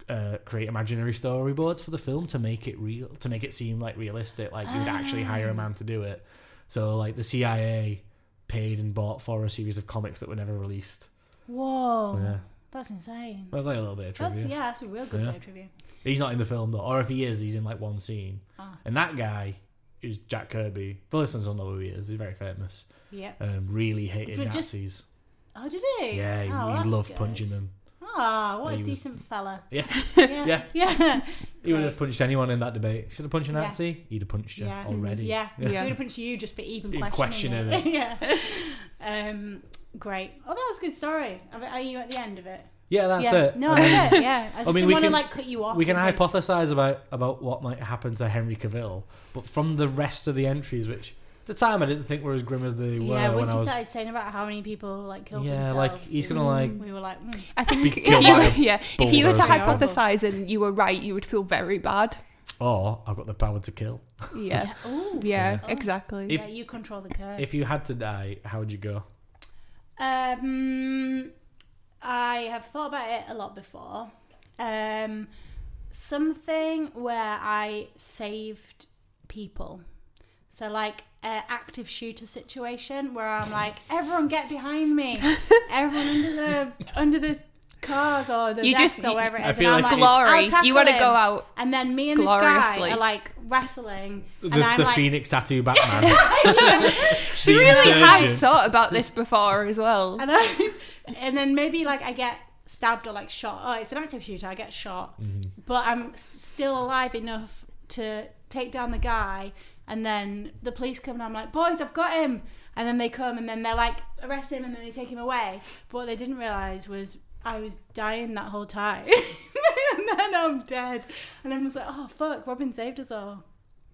Speaker 3: uh, create imaginary storyboards for the film to make it real, to make it seem like realistic, like you'd actually hire
Speaker 1: Ah.
Speaker 3: a man to do it. So like the CIA paid and bought for a series of comics that were never released.
Speaker 1: Whoa,
Speaker 3: Yeah,
Speaker 1: that's insane.
Speaker 3: that's like a little bit of trivia.
Speaker 1: That's yeah, that's a real good
Speaker 3: Yeah.
Speaker 1: bit of trivia.
Speaker 3: He's not in the film though, or if he is, he's in like one scene.
Speaker 1: Ah.
Speaker 3: And that guy is Jack Kirby. The listeners will know who he is. He's very famous.
Speaker 1: Yeah.
Speaker 3: um, really hated
Speaker 1: But just-
Speaker 3: Nazis.
Speaker 1: Oh, did he?
Speaker 3: yeah, he,
Speaker 1: oh,
Speaker 3: he
Speaker 1: that's
Speaker 3: loved
Speaker 1: good.
Speaker 3: punching them.
Speaker 1: Ah, what
Speaker 3: He
Speaker 1: a
Speaker 3: was-
Speaker 1: decent fella.
Speaker 3: Yeah,
Speaker 1: Yeah.
Speaker 3: Yeah.
Speaker 1: Yeah.
Speaker 3: he would have punched anyone in that debate. Should have punched a
Speaker 1: Yeah.
Speaker 3: Nazi. He'd have punched you
Speaker 1: Yeah. mhm,
Speaker 3: already.
Speaker 1: Yeah. We would
Speaker 2: Yeah.
Speaker 1: have punched you just for even
Speaker 3: In
Speaker 1: questioning,
Speaker 3: questioning
Speaker 1: yeah. Um, great. Oh, that was a good story. Are are you at the end of it?
Speaker 3: yeah, that's
Speaker 1: yeah.
Speaker 3: it.
Speaker 1: No,
Speaker 3: I mean,
Speaker 1: I did. Yeah. I just
Speaker 3: mean,
Speaker 1: didn't
Speaker 3: we
Speaker 1: want to
Speaker 3: can-
Speaker 1: like cut you off.
Speaker 3: we can
Speaker 1: in case-
Speaker 3: hypothesize about about what might happen to Henry Cavill, but from the rest of the entries, which at the time I didn't think were as grim as they were.
Speaker 1: Yeah,
Speaker 3: when
Speaker 1: once
Speaker 3: I
Speaker 1: you
Speaker 3: was,
Speaker 1: started saying about how many people like killed
Speaker 3: Yeah,
Speaker 1: themselves,
Speaker 3: like, he's
Speaker 1: it
Speaker 3: gonna,
Speaker 1: was-
Speaker 3: like-
Speaker 1: we were like, mm.
Speaker 2: I think
Speaker 3: killed
Speaker 2: if you
Speaker 3: by
Speaker 2: were,
Speaker 3: a
Speaker 2: yeah, if you were to
Speaker 3: bulldozer.
Speaker 2: hypothesize and you were right, you would feel very bad.
Speaker 3: Or "Oh, I've got the power to kill.
Speaker 2: Yeah.
Speaker 1: Ooh.
Speaker 2: Yeah, exactly.
Speaker 1: yeah, you control the curse.
Speaker 3: If you had to die, how would you go?
Speaker 1: Um, I have thought about it a lot before. Um, something where I saved people. So like an active shooter situation where I'm like, everyone get behind me, everyone under the under the cars or the
Speaker 2: You
Speaker 1: desks
Speaker 2: just-
Speaker 1: or wherever it
Speaker 3: I
Speaker 1: is.
Speaker 3: feel
Speaker 1: and
Speaker 3: like
Speaker 1: I'm
Speaker 3: it-
Speaker 1: like,
Speaker 2: Glory.
Speaker 1: "I'll tackle
Speaker 2: You wanna
Speaker 1: him."
Speaker 2: go out
Speaker 1: and then me and this
Speaker 2: gloriously.
Speaker 1: guy are like wrestling,
Speaker 3: The,
Speaker 1: and I'm
Speaker 3: the
Speaker 1: like,
Speaker 3: Phoenix tattoo Batman. she
Speaker 2: Really has thought about this before as well.
Speaker 1: and I, and then maybe like I get stabbed or like shot. Oh, it's an active shooter. I get shot, but I'm s- still alive enough to take down the guy. And then the police come and I'm like, boys, I've got him. And then they come and then they're like arrest him and then they take him away. But what they didn't realize was I was dying that whole time. and then I'm dead. And everyone's like, oh fuck, Robin saved us all.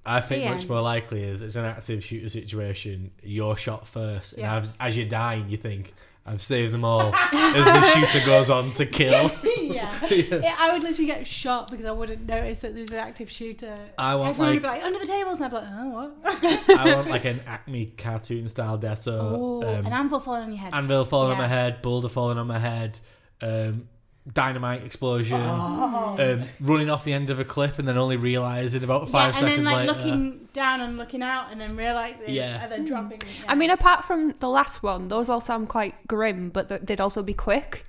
Speaker 3: I think
Speaker 1: The
Speaker 3: much
Speaker 1: end.
Speaker 3: more likely is it's an active shooter situation. You're shot first,
Speaker 1: Yeah.
Speaker 3: and as, as you're dying, you think, "I've saved them all." as the shooter goes on to kill,
Speaker 1: yeah. Yeah, I would literally get shot because I wouldn't notice that there was an active shooter.
Speaker 3: I want,
Speaker 1: Everyone would be
Speaker 3: like-
Speaker 1: like under the tables, and I'd be like, oh what?
Speaker 3: I want like an Acme cartoon style death. So
Speaker 1: Ooh,
Speaker 3: um,
Speaker 1: an anvil falling on your head.
Speaker 3: anvil falling on
Speaker 1: Yeah.
Speaker 3: my head, boulder falling on my head, um, dynamite explosion, um, running off the end of a cliff, and then only realizing about
Speaker 1: Oh. yeah,
Speaker 3: five
Speaker 1: and
Speaker 3: seconds
Speaker 1: then like
Speaker 3: later.
Speaker 1: looking down and looking out, and then realizing,
Speaker 3: Yeah.
Speaker 1: and then dropping.
Speaker 2: I mean, apart from the last one, those all sound quite grim, but th- they'd also be quick.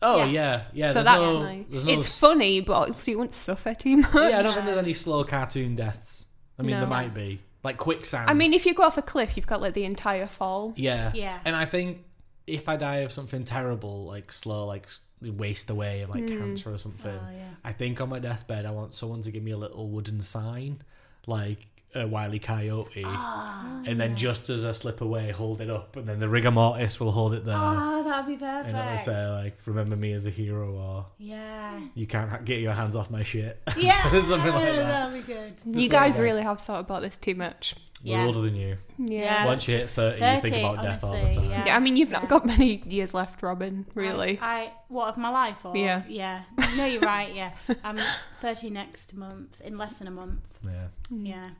Speaker 3: oh
Speaker 1: yeah.
Speaker 3: yeah, yeah.
Speaker 2: so
Speaker 3: there's
Speaker 2: that's
Speaker 3: no,
Speaker 2: nice.
Speaker 3: there's no
Speaker 2: it's funny, but also you wouldn't suffer too much.
Speaker 3: Yeah, I don't think there's any slow cartoon deaths. I mean,
Speaker 2: No.
Speaker 3: there might be like quicksand.
Speaker 2: I mean, if you go off a cliff, you've got like the entire fall.
Speaker 3: yeah,
Speaker 1: Yeah.
Speaker 3: and I think if I die of something terrible, like slow, like s- waste away of like
Speaker 1: Mm.
Speaker 3: cancer or something,
Speaker 1: Oh,
Speaker 3: I think on my deathbed I want someone to give me a little wooden sign, like a wily coyote,
Speaker 1: Ah,
Speaker 3: and then just as I slip away, hold it up, and then the rigor mortis will hold it there,
Speaker 1: oh, that'd be
Speaker 3: and it'll
Speaker 1: perfect.
Speaker 3: say like, "Remember me as a hero," or
Speaker 1: yeah,
Speaker 3: "You can't ha- get your hands off my shit."
Speaker 1: yeah,
Speaker 3: Something like that.
Speaker 1: that'd be good.
Speaker 2: You guys really have thought about this too much.
Speaker 1: Yeah.
Speaker 3: We're older than you.
Speaker 1: Yeah.
Speaker 3: Once you hit 30, you
Speaker 1: 30,
Speaker 3: think about death all the
Speaker 1: honestly,
Speaker 3: time.
Speaker 1: yeah.
Speaker 2: Yeah, I mean, you've not got many years left, Robin, really.
Speaker 1: I, I what of my life? Or,
Speaker 2: Yeah.
Speaker 1: yeah. No, you're right. Yeah, I'm 30 next month in less than a month.
Speaker 3: Yeah.
Speaker 2: Hmm.
Speaker 1: Yeah,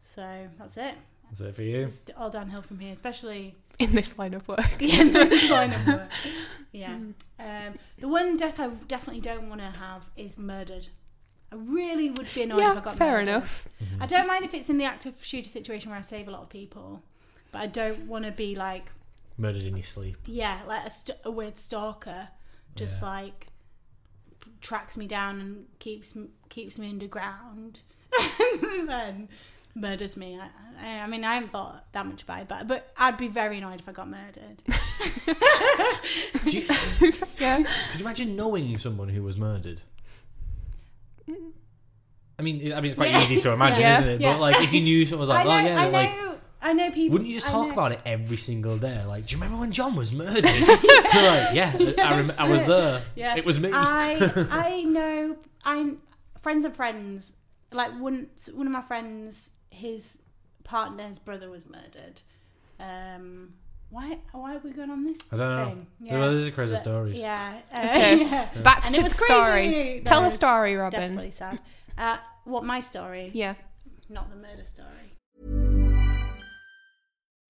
Speaker 1: so that's it.
Speaker 3: Is it for you?
Speaker 1: It's all downhill from here, especially
Speaker 2: in this line of work.
Speaker 1: Yeah, no, it's fine, I'm all right. Yeah.
Speaker 2: Hmm.
Speaker 1: Um, the one death I definitely don't want to have is murdered. I really would be annoyed if I
Speaker 2: yeah,
Speaker 1: got
Speaker 2: fair
Speaker 1: murdered.
Speaker 2: enough.
Speaker 3: Mm-hmm.
Speaker 1: I don't mind if it's in the active shooter situation where I save a lot of people, but I don't want to be like,
Speaker 3: Murdered in your sleep.
Speaker 1: yeah, like a, st- a weird stalker, just
Speaker 3: Yeah.
Speaker 1: like tracks me down and keeps m- keeps me underground, and then murders me. I, I, I mean, I haven't thought that much about it, but but I'd be very annoyed if I got murdered.
Speaker 3: Do you, could
Speaker 2: Yeah.
Speaker 3: you imagine knowing someone who was murdered? I mean, it- I mean, it's quite easy to imagine,
Speaker 2: Yeah.
Speaker 3: isn't it?
Speaker 1: Yeah.
Speaker 3: But like, if you knew someone was like,
Speaker 1: I
Speaker 3: "Oh
Speaker 1: know,
Speaker 3: yeah,"
Speaker 1: I know,
Speaker 3: like,
Speaker 1: I know people.
Speaker 3: wouldn't you just
Speaker 1: I
Speaker 3: talk
Speaker 1: know-
Speaker 3: about it every single day? Like, do you remember when John was murdered? You're like, yeah, I, rem- I was there.
Speaker 1: Yeah.
Speaker 3: It was me.
Speaker 1: I I know. I friends of friends. Like one one of my friends, his partner's brother was murdered. Um, why why are we going on this?
Speaker 3: I don't know.
Speaker 1: Thing?
Speaker 3: Well, this is crazy stories.
Speaker 1: Yeah. uh,
Speaker 2: Okay.
Speaker 1: yeah.
Speaker 2: Back
Speaker 1: And
Speaker 2: to
Speaker 1: it was
Speaker 2: the story.
Speaker 1: crazy.
Speaker 2: Tell
Speaker 1: No,
Speaker 2: a
Speaker 1: it's
Speaker 2: story, Robin.
Speaker 1: Desperately sad. Uh, what my story?
Speaker 2: Yeah.
Speaker 1: Not the murder story.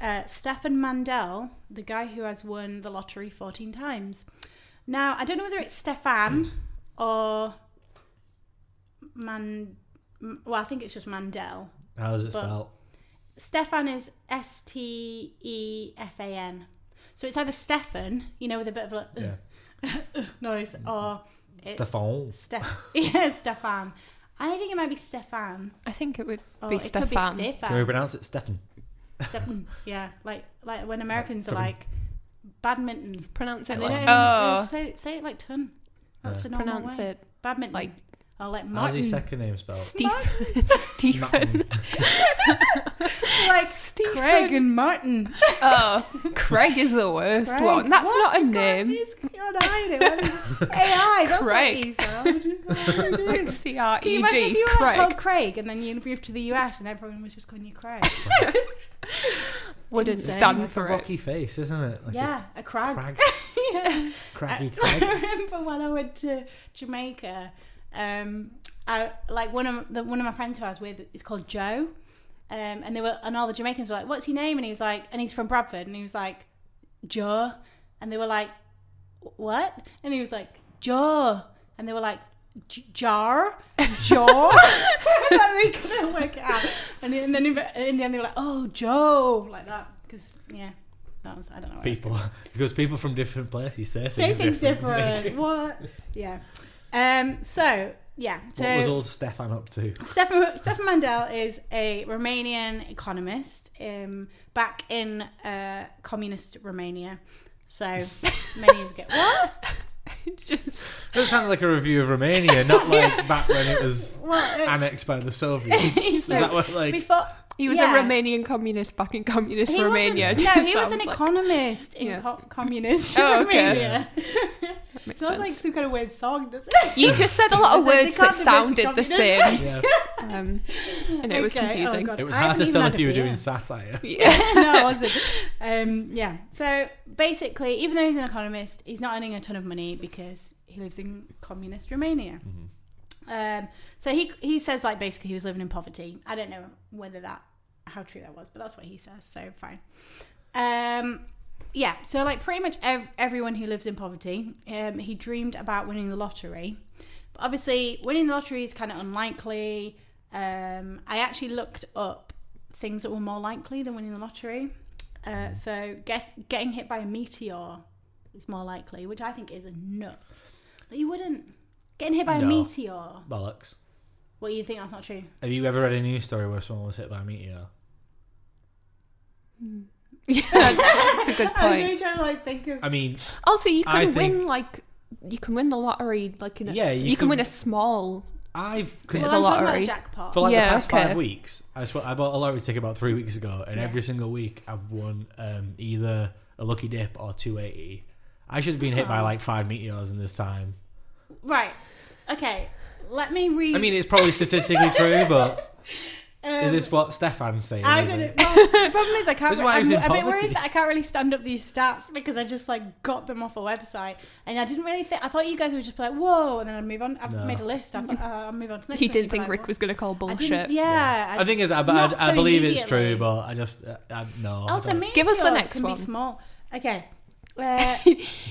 Speaker 1: uh, Stefan Mandel, the guy who has won the lottery 14 times. Now, I don't know whether it's Stefan or Man. M- Well, I think it's just Mandel.
Speaker 3: How is it
Speaker 1: But-
Speaker 3: spelled?
Speaker 1: Stefan is S T E F A N. So it's either Stefan, you know, with a bit of a
Speaker 3: Yeah. Mm-hmm.
Speaker 1: noise, or uh, it's
Speaker 3: Stefan.
Speaker 1: Steph- yeah, Stefan. I think it might be Stefan.
Speaker 2: I think it would
Speaker 1: Oh,
Speaker 2: be
Speaker 1: it could be
Speaker 2: Stefan.
Speaker 3: Can we
Speaker 1: Stefan.
Speaker 3: pronounce it Stefan?
Speaker 1: Stefan. Yeah, like like when Americans are like badminton.
Speaker 2: Pronounce it
Speaker 1: They don't
Speaker 2: like
Speaker 1: even-
Speaker 2: oh,
Speaker 1: say, say it like ton. That's the normal
Speaker 2: pronounce
Speaker 1: way.
Speaker 2: it
Speaker 1: Badminton.
Speaker 2: like
Speaker 1: or like
Speaker 3: How's
Speaker 1: Martin.
Speaker 3: his second name spelled?
Speaker 2: Stephen. Stephen.
Speaker 1: like
Speaker 2: Stephen.
Speaker 1: Craig and Martin.
Speaker 2: Oh, Craig is the worst
Speaker 1: Craig,
Speaker 2: one. That's
Speaker 1: what?
Speaker 2: not a
Speaker 1: He's got-
Speaker 2: name.
Speaker 1: He's got an eye in it. What is- AI. That's
Speaker 2: Craig.
Speaker 1: Craig. not easy.
Speaker 2: C R
Speaker 1: Can you
Speaker 2: E
Speaker 1: imagine if
Speaker 2: G.
Speaker 1: you were like, called
Speaker 2: Craig
Speaker 1: Craig and then you moved to the US and everyone was just calling you Craig?
Speaker 2: wouldn't
Speaker 1: Insane.
Speaker 2: stand
Speaker 1: Like
Speaker 3: A
Speaker 2: for it.
Speaker 3: rocky face, isn't it? Like a
Speaker 1: yeah, Uh, a Craig.
Speaker 3: crag,
Speaker 1: yeah.
Speaker 3: craggy crag.
Speaker 1: I remember when I went to Jamaica, um, I like one of the, one of my friends who I was with is called Joe, um, and they were and all the Jamaicans were like, "What's your name?" And he was like, and he's from Bradford, and he was like, Joe, and they were like, "What?" And he was like, Joe, and they were like, "J- Jar, Jaw. like they couldn't work it out, and then and then in the end they were like, "Oh, Joe," like that, because yeah, that was I don't know. what I was
Speaker 3: People, because people from different places say
Speaker 1: Say
Speaker 3: things
Speaker 1: things
Speaker 3: different.
Speaker 1: different. what? Yeah. Um. So yeah. So
Speaker 3: What was old Stefan up to?
Speaker 1: Stefan Stefan Mandel is a Romanian economist. Um. Back in uh communist Romania. So many years ago. What?
Speaker 2: Just
Speaker 3: That sounded like a review of Romania, not like back when it was
Speaker 1: Well, uh,
Speaker 3: annexed by the Soviets. Is
Speaker 1: so
Speaker 3: that what like?
Speaker 1: before
Speaker 2: He was
Speaker 1: yeah.
Speaker 2: a Romanian communist back in communist
Speaker 1: He
Speaker 2: Romania.
Speaker 1: wasn't- No,
Speaker 2: Just
Speaker 1: he was an
Speaker 2: sounds like-
Speaker 1: economist in
Speaker 2: Yeah.
Speaker 1: co- communist
Speaker 2: Oh, okay.
Speaker 1: Romania.
Speaker 2: Makes
Speaker 1: Sounds like
Speaker 2: sense.
Speaker 1: some kind of weird song, doesn't it?
Speaker 2: You just said a lot
Speaker 1: As in
Speaker 2: of
Speaker 1: the
Speaker 2: words that
Speaker 1: communist
Speaker 2: sounded the
Speaker 1: communist.
Speaker 2: same,
Speaker 3: Yeah,
Speaker 2: um, and it was
Speaker 1: Okay, oh
Speaker 2: confusing.
Speaker 1: God,
Speaker 3: it was
Speaker 1: I
Speaker 3: hard
Speaker 1: haven't
Speaker 3: to
Speaker 1: even
Speaker 3: tell
Speaker 1: had
Speaker 3: if
Speaker 1: a
Speaker 3: you were
Speaker 1: beer.
Speaker 3: doing satire.
Speaker 2: yeah.
Speaker 1: no, I wasn't. Um, yeah. So basically, even though he's an economist, he's not earning a ton of money because he lives in communist Romania. Um, so he he says like basically he was living in poverty. I don't know whether that how true that was, but that's what he says. So fine. Um, yeah. So like pretty much ev- everyone who lives in poverty, um, he dreamed about winning the lottery. But obviously, winning the lottery is kind of unlikely. Um, I actually looked up things that were more likely than winning the lottery. Uh, so get, getting hit by a meteor is more likely, which I think is a nuts. Like, you wouldn't getting hit by a
Speaker 3: No.
Speaker 1: meteor.
Speaker 3: Bollocks.
Speaker 1: Well, you think that's not true?
Speaker 3: Have you ever read a news story where someone was hit by a meteor?
Speaker 2: yeah, that's, that's a good
Speaker 1: I was really
Speaker 2: point.
Speaker 1: trying to like think of.
Speaker 3: I mean,
Speaker 2: Also, you
Speaker 3: I
Speaker 2: can
Speaker 3: think-
Speaker 2: win like you can win the lottery, like in a,
Speaker 3: Yeah,
Speaker 2: you,
Speaker 3: you
Speaker 2: can, win
Speaker 3: can-
Speaker 2: a small.
Speaker 3: I've
Speaker 2: Well,
Speaker 1: well,
Speaker 2: the
Speaker 1: I'm talking about
Speaker 2: lottery.
Speaker 1: a jackpot.
Speaker 3: for like
Speaker 2: Yeah,
Speaker 3: the past
Speaker 2: okay.
Speaker 3: five weeks, I swear, I bought a lottery ticket about three weeks ago, and every single week I've won um, either a lucky dip or two eighty. I should have been hit by like five meteors in this time.
Speaker 1: Right. Okay. Let me read.
Speaker 3: I mean, it's probably statistically true, but is
Speaker 1: Um,
Speaker 3: this what Stefan's saying?
Speaker 1: I
Speaker 3: is
Speaker 1: don't know.
Speaker 3: it?
Speaker 1: Well, the problem is I can't.
Speaker 3: This is
Speaker 1: re-
Speaker 3: why I
Speaker 1: I'm,
Speaker 3: was in
Speaker 1: I'm a bit
Speaker 3: poverty.
Speaker 1: worried that I can't really stand up these stats because I just like got them off a website and I didn't really think. I thought you guys would just be like, "Whoa," and then I'd move on. I've
Speaker 3: No.
Speaker 1: made a list. I thought uh, I'll move on to the next.
Speaker 2: He
Speaker 1: one."
Speaker 2: didn't
Speaker 1: You'd be
Speaker 2: think
Speaker 1: like,
Speaker 2: Rick
Speaker 1: "What?"
Speaker 2: was going to call
Speaker 1: I
Speaker 2: bullshit.
Speaker 1: didn't. Yeah,
Speaker 3: I think it's. I,
Speaker 1: not
Speaker 3: I, I
Speaker 1: so
Speaker 3: believe it's true,
Speaker 1: immediately.
Speaker 3: but I just uh, I, no. I
Speaker 1: also
Speaker 3: don't-
Speaker 1: meteors
Speaker 2: Give us the next
Speaker 1: can
Speaker 2: one.
Speaker 1: Be small. Okay. Uh,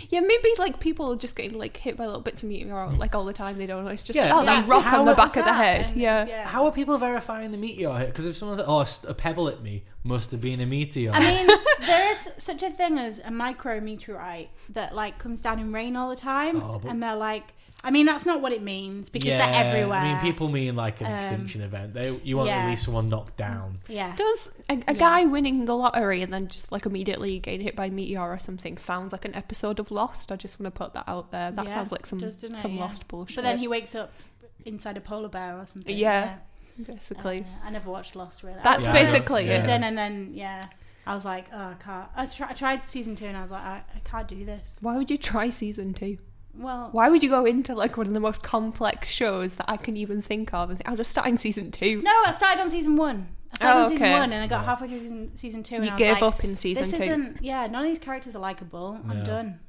Speaker 2: yeah, maybe like people are just getting like hit by little bits of meteor like all the time. They don't know. It's just
Speaker 3: Yeah.
Speaker 2: like, oh, that
Speaker 3: Yeah.
Speaker 2: rock
Speaker 1: how
Speaker 2: on the
Speaker 1: was
Speaker 2: back of the
Speaker 1: that?
Speaker 2: head.
Speaker 1: And
Speaker 2: Yeah.
Speaker 3: How are people verifying the meteor hit? Because if someone's like, oh, a st- a pebble at me, must have been a meteor.
Speaker 1: I mean, there is there's such a thing as a micrometeorite that like comes down in rain all the time,
Speaker 3: Oh, but-
Speaker 1: and they're like, I mean, that's not what it means because they're everywhere.
Speaker 3: I mean, people mean like an
Speaker 1: Um,
Speaker 3: extinction event. They, you want
Speaker 1: yeah.
Speaker 3: at least someone knocked down.
Speaker 1: Yeah.
Speaker 2: Does a, a guy winning the lottery and then just like immediately getting hit by a meteor or something sounds like an episode of Lost? I just want to put that out there. That
Speaker 1: Yeah,
Speaker 2: sounds like some
Speaker 1: does, doesn't it?
Speaker 2: some
Speaker 1: Yeah.
Speaker 2: Lost bullshit.
Speaker 1: But then he wakes up inside a polar bear or something.
Speaker 2: Yeah, basically.
Speaker 1: Uh, I never watched Lost really.
Speaker 2: That's
Speaker 1: I-
Speaker 2: basically
Speaker 1: I-
Speaker 2: it.
Speaker 1: Then and then yeah, I was like, oh, I can't. I, tr- I tried season two and I was like, I, I can't do this.
Speaker 2: Why would you try season two?
Speaker 1: Well,
Speaker 2: Why would you go into like one of the most complex shows that I can even think of? And think, I'll just start in season two.
Speaker 1: No, I started on season one. I started
Speaker 2: Oh,
Speaker 1: on season
Speaker 2: okay.
Speaker 1: one and I got halfway through season, season two. And
Speaker 2: You
Speaker 1: I was
Speaker 2: gave
Speaker 1: like,
Speaker 2: up in season
Speaker 1: this
Speaker 2: two."
Speaker 1: Isn't, yeah, none of these characters are likable. I'm
Speaker 3: Yeah.
Speaker 1: done.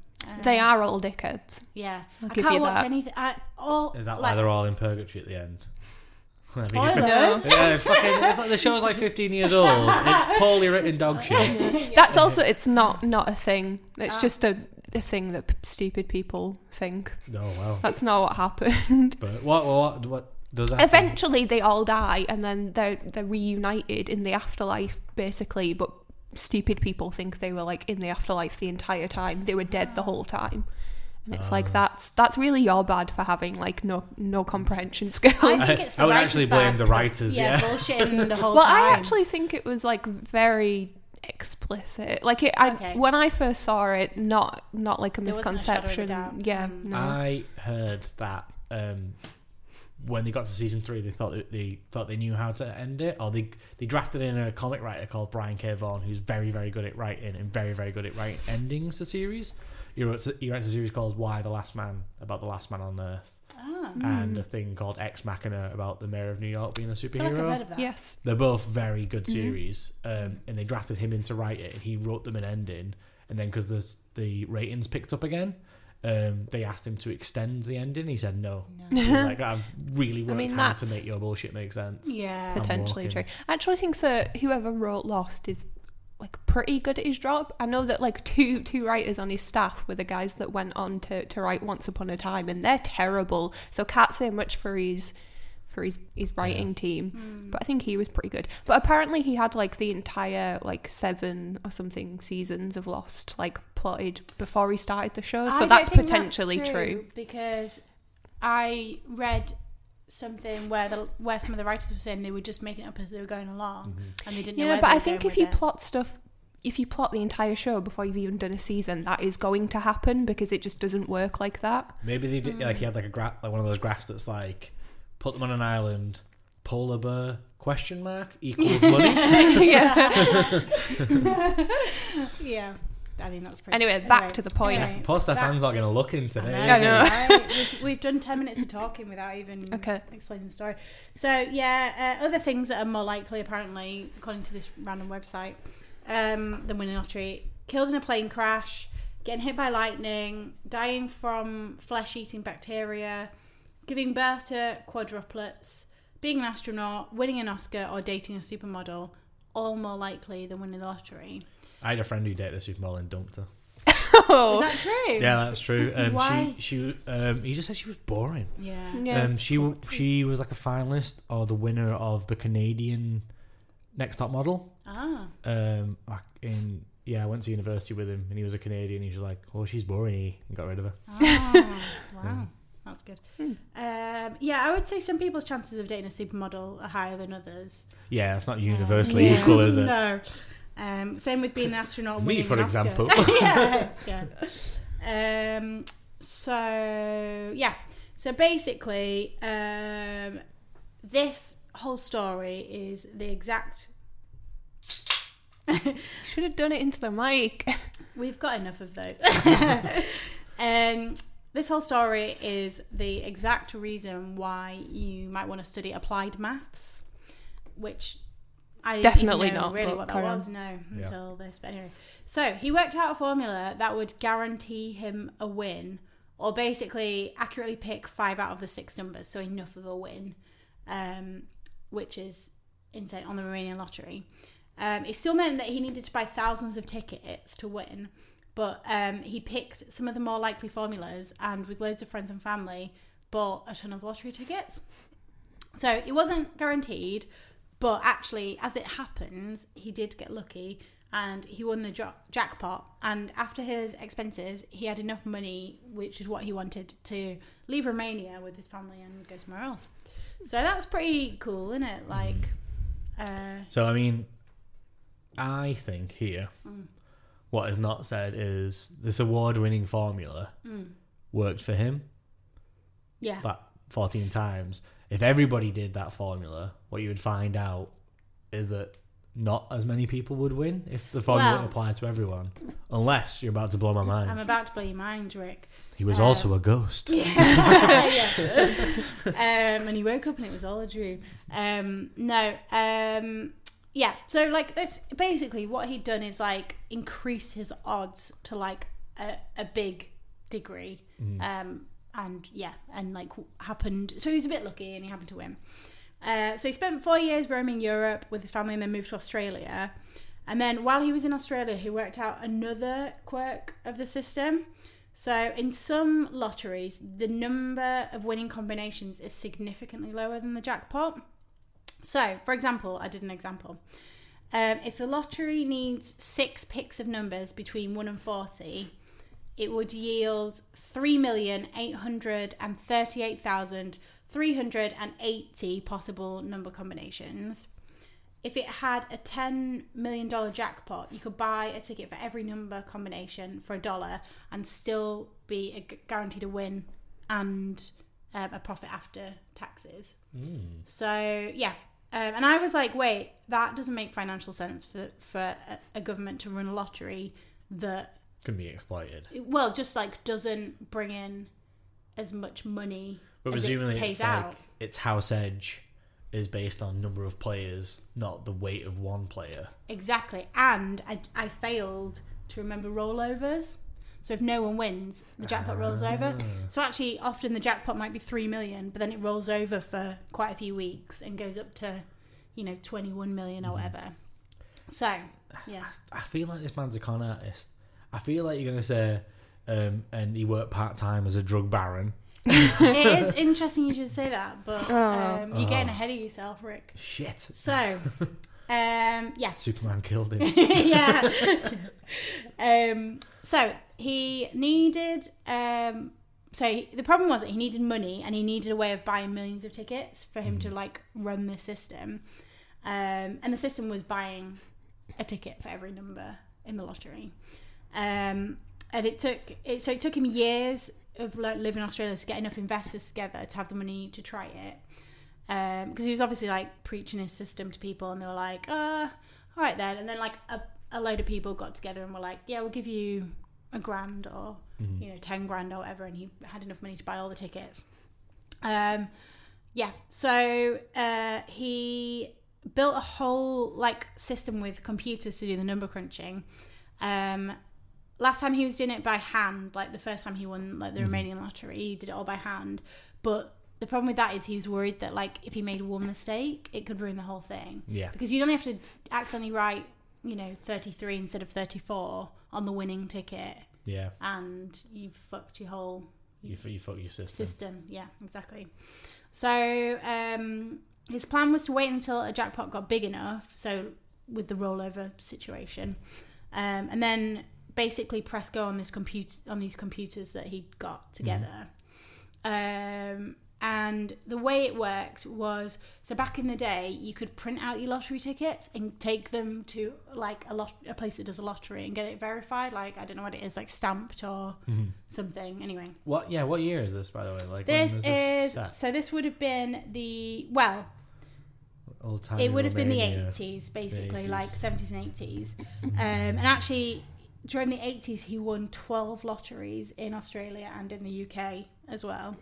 Speaker 2: They are all dickheads.
Speaker 1: Yeah,
Speaker 2: I'll
Speaker 1: I
Speaker 2: give
Speaker 1: can't
Speaker 2: you
Speaker 1: watch
Speaker 2: that.
Speaker 1: anything. I, all,
Speaker 3: Is that why
Speaker 1: Mm. like,
Speaker 3: they're all in purgatory at the end? I mean, you could-
Speaker 1: Spoilers.
Speaker 3: yeah, fucking, it's like the show's like 15 years old. It's poorly written dog shit.
Speaker 2: That's also it's not not a thing.
Speaker 1: Ah.
Speaker 2: It's just a, a thing that p- stupid people think.
Speaker 3: Oh, wow.
Speaker 2: That's not what happened.
Speaker 3: But what, what, what does that
Speaker 2: Eventually, they all die, and then they're they're reunited in the afterlife, basically. But stupid people think they were like in the afterlife the entire time. They were dead
Speaker 1: Ah.
Speaker 2: the whole time, and it's like that's that's really your bad for having like no no comprehension skills.
Speaker 1: I think it's the
Speaker 3: I would
Speaker 1: writers
Speaker 3: actually blame
Speaker 1: back.
Speaker 3: the writers, yeah.
Speaker 1: bullshitting the whole
Speaker 2: well,
Speaker 1: time.
Speaker 2: I actually think it was like very explicit. Like it, I,
Speaker 1: Okay.
Speaker 2: when I first saw it, not not like a
Speaker 1: There wasn't a shadow of a
Speaker 2: misconception.
Speaker 1: doubt. Mm.
Speaker 2: yeah, no.
Speaker 3: I heard that um, when they got to season three, they thought that they thought they knew how to end it, or they they drafted in a comic writer called Brian K. Vaughan, who's very very good at writing and very very good at writing endings to series. He wrote he writes a series called Why the Last Man about the last man on Earth,
Speaker 1: Ah.
Speaker 3: and a thing called Ex Machina about the mayor of New York being a
Speaker 1: feel
Speaker 3: superhero.
Speaker 1: like I've heard of that.
Speaker 2: Yes.
Speaker 3: They're both very good
Speaker 1: Mhm.
Speaker 3: series, um, and they drafted him in to write it, and he wrote them an ending. And then because the the ratings picked up again, um, they asked him to extend the ending. He said no. He was like I've really
Speaker 2: I
Speaker 3: worked
Speaker 2: mean,
Speaker 3: hard to
Speaker 2: that's-
Speaker 3: make your bullshit make sense.
Speaker 1: Yeah.
Speaker 3: I'm
Speaker 2: potentially
Speaker 3: walking.
Speaker 2: true. I actually think that whoever wrote Lost is like pretty good at his job. I know that like two two writers on his staff were the guys that went on to, to write Once Upon a Time and they're terrible. So can't say much for his for his, his writing team.
Speaker 1: Hmm.
Speaker 2: But I think he was pretty good. But apparently he had like the entire like seven or something seasons of Lost like plotted before he started the show.
Speaker 1: I
Speaker 2: So
Speaker 1: don't
Speaker 2: that's
Speaker 1: think
Speaker 2: potentially true.
Speaker 1: because I read something where the where some of the writers were saying they were just making it up as they were going along
Speaker 3: Mm-hmm.
Speaker 1: and they didn't know.
Speaker 2: Yeah,
Speaker 1: where
Speaker 2: but
Speaker 1: they
Speaker 2: I
Speaker 1: were
Speaker 2: think
Speaker 1: going
Speaker 2: if you
Speaker 1: with it.
Speaker 2: plot stuff, if you plot the entire show before you've even done a season, that is going to happen because it just doesn't work like that.
Speaker 3: Maybe they did, like he had like a graph, like one of those graphs that's like, put them on an island, polar bear question mark equals money.
Speaker 1: yeah, I mean that's pretty.
Speaker 2: Anyway, back to the point.
Speaker 1: anyway,
Speaker 3: Post
Speaker 1: that-
Speaker 3: fan's not going to look in today.
Speaker 1: I
Speaker 3: is he?
Speaker 1: know. Right, We've, we've done 10 minutes of talking without even
Speaker 2: Okay.
Speaker 1: explaining the story. So, yeah, uh, other things that are more likely, apparently, according to this random website, um, than winning lottery killed in a plane crash, getting hit by lightning, dying from flesh eating bacteria, giving birth to quadruplets, being an astronaut, winning an Oscar, or dating a supermodel. All more likely than winning the lottery.
Speaker 3: I had a friend who dated a supermodel and dumped her.
Speaker 1: Is that true?
Speaker 3: Yeah, that's true. Um,
Speaker 1: Why?
Speaker 3: She, she, um, he just said she was boring.
Speaker 1: Yeah.
Speaker 2: Yeah.
Speaker 3: Um, she w- she was like a finalist or the winner of the Canadian Next Top Model.
Speaker 1: Ah.
Speaker 3: Um, back in yeah, I went to university with him, and he was a Canadian. He was like, "Oh, she's boring," eh," and got rid of her.
Speaker 1: Ah, wow, that's good. Um, yeah, I would say some people's chances of dating a supermodel are higher than others.
Speaker 3: Yeah, it's not universally
Speaker 1: Oh. Yeah.
Speaker 3: equal, is it?
Speaker 1: No. Um, same with being an astronaut. and
Speaker 3: Me,
Speaker 1: winning
Speaker 3: for
Speaker 1: an Oscar.
Speaker 3: example.
Speaker 1: yeah, yeah. Um, so yeah, so basically, um, this whole story is the exact.
Speaker 2: Should have done it into the mic.
Speaker 1: We've got enough of those. um, this whole story is the exact reason why you might want to study applied maths, which I didn't
Speaker 2: Definitely
Speaker 1: even know
Speaker 2: not,
Speaker 1: really
Speaker 2: but
Speaker 1: what that
Speaker 2: carry
Speaker 1: was.
Speaker 2: on.
Speaker 1: No,
Speaker 3: Yeah.
Speaker 1: until this. But anyway, so he worked out a formula that would guarantee him a win, or basically accurately pick five out of the six numbers, so enough of a win, um, which is insane on the Romanian lottery. Um, it still meant that he needed to buy thousands of tickets to win, but um, he picked some of the more likely formulas and with loads of friends and family bought a ton of lottery tickets. So it wasn't guaranteed, but actually, as it happens, he did get lucky and he won the jo- jackpot. And after his expenses, he had enough money, which is what he wanted, to leave Romania with his family and go somewhere else. So that's pretty cool, isn't it? Like, uh,
Speaker 3: So I mean, I think here,
Speaker 1: Mm.
Speaker 3: what is not said is this award-winning formula
Speaker 1: Mm.
Speaker 3: worked for him
Speaker 1: yeah,
Speaker 3: that fourteen times. If everybody did that formula, what you would find out is that not as many people would win if the formula
Speaker 1: Well-
Speaker 3: applied to everyone. Unless you're about to blow my mind.
Speaker 1: I'm about to blow your mind, Rick.
Speaker 3: he was also a ghost.
Speaker 1: um, and he woke up and it was all a dream. Um, no, um, yeah. So like this, basically, what he'd done is like increase his odds to like a, a big degree, um, and yeah, and like happened. So he was a bit lucky, and he happened to win. Uh, so he spent four years roaming Europe with his family, and then moved to Australia. And then while he was in Australia, he worked out another quirk of the system. So, in some lotteries, the number of winning combinations is significantly lower than the jackpot. So, for example, I did an example. Um, if the lottery needs six picks of numbers between 1 and 40, it would yield 3,838,380 possible number combinations. If it had a $10 million jackpot, you could buy a ticket for every number combination for a dollar and still be a, guaranteed a win and um, a profit after taxes.
Speaker 3: Hmm.
Speaker 1: So yeah, um, and I was like, wait, that doesn't make financial sense for for a, a government to run a lottery that
Speaker 3: Can be exploited.
Speaker 1: well just like doesn't bring in as much money
Speaker 3: But
Speaker 1: as
Speaker 3: presumably,
Speaker 1: it pays
Speaker 3: it's
Speaker 1: out.
Speaker 3: like its house edge is based on number of players, not the weight of one player.
Speaker 1: Exactly, and I I failed to remember rollovers. So if no one wins, the jackpot rolls over. So actually, often the jackpot might be three million, but then it rolls over for quite a few weeks and goes up to, you know, twenty one million or whatever. So yeah,
Speaker 3: I feel like this man's a con artist. I feel like you're gonna say, um, and he worked part time as a drug baron.
Speaker 1: it is interesting you should say that, but um, you're getting ahead of yourself, Rick.
Speaker 3: Shit.
Speaker 1: So, um, yeah,
Speaker 3: Superman killed him.
Speaker 1: yeah. um, so he needed. Um, so he, the problem was that he needed money and he needed a way of buying millions of tickets for him to like run the system, um, and the system was buying a ticket for every number in the lottery, um, and it took it. So it took him years of like, living in Australia to get enough investors together to have the money to try it because he was obviously like preaching his system to people, and they were like, "Uh, all right then." And then like a, a load of people got together and were like, "Yeah, we'll give you a grand or you know ten grand or whatever," and he had enough money to buy all the tickets. Um, yeah, so uh, he built a whole like system with computers to do the number crunching. Um, last time he was doing it by hand, like the first time he won like the Romanian lottery, he did it all by hand. But the problem with that is he was worried that like if he made one mistake, it could ruin the whole thing.
Speaker 3: Yeah.
Speaker 1: Because you'd only have to accidentally write, you know, thirty three instead of thirty four on the winning ticket
Speaker 3: yeah,
Speaker 1: and you've fucked your whole
Speaker 3: you, f- you fuck your system.
Speaker 1: system. Yeah, exactly. So um, his plan was to wait until a jackpot got big enough, so with the rollover situation, um, and then basically press go on this computer on these computers that he'd got together. Um, and the way it worked was so back in the day, you could print out your lottery tickets and take them to like a lot a place that does a lottery and get it verified. Like I don't know what it is, like stamped or something. Anyway,
Speaker 3: What? Yeah. What year is this, by the way? Like when
Speaker 1: this
Speaker 3: was
Speaker 1: is
Speaker 3: set?
Speaker 1: so. This would have been the well.
Speaker 3: Old time
Speaker 1: It would have been the
Speaker 3: Romania.
Speaker 1: eighties, basically,
Speaker 3: 80s.
Speaker 1: like seventies and eighties. Um, and actually, during the eighties, he won twelve lotteries in Australia and in the UK as well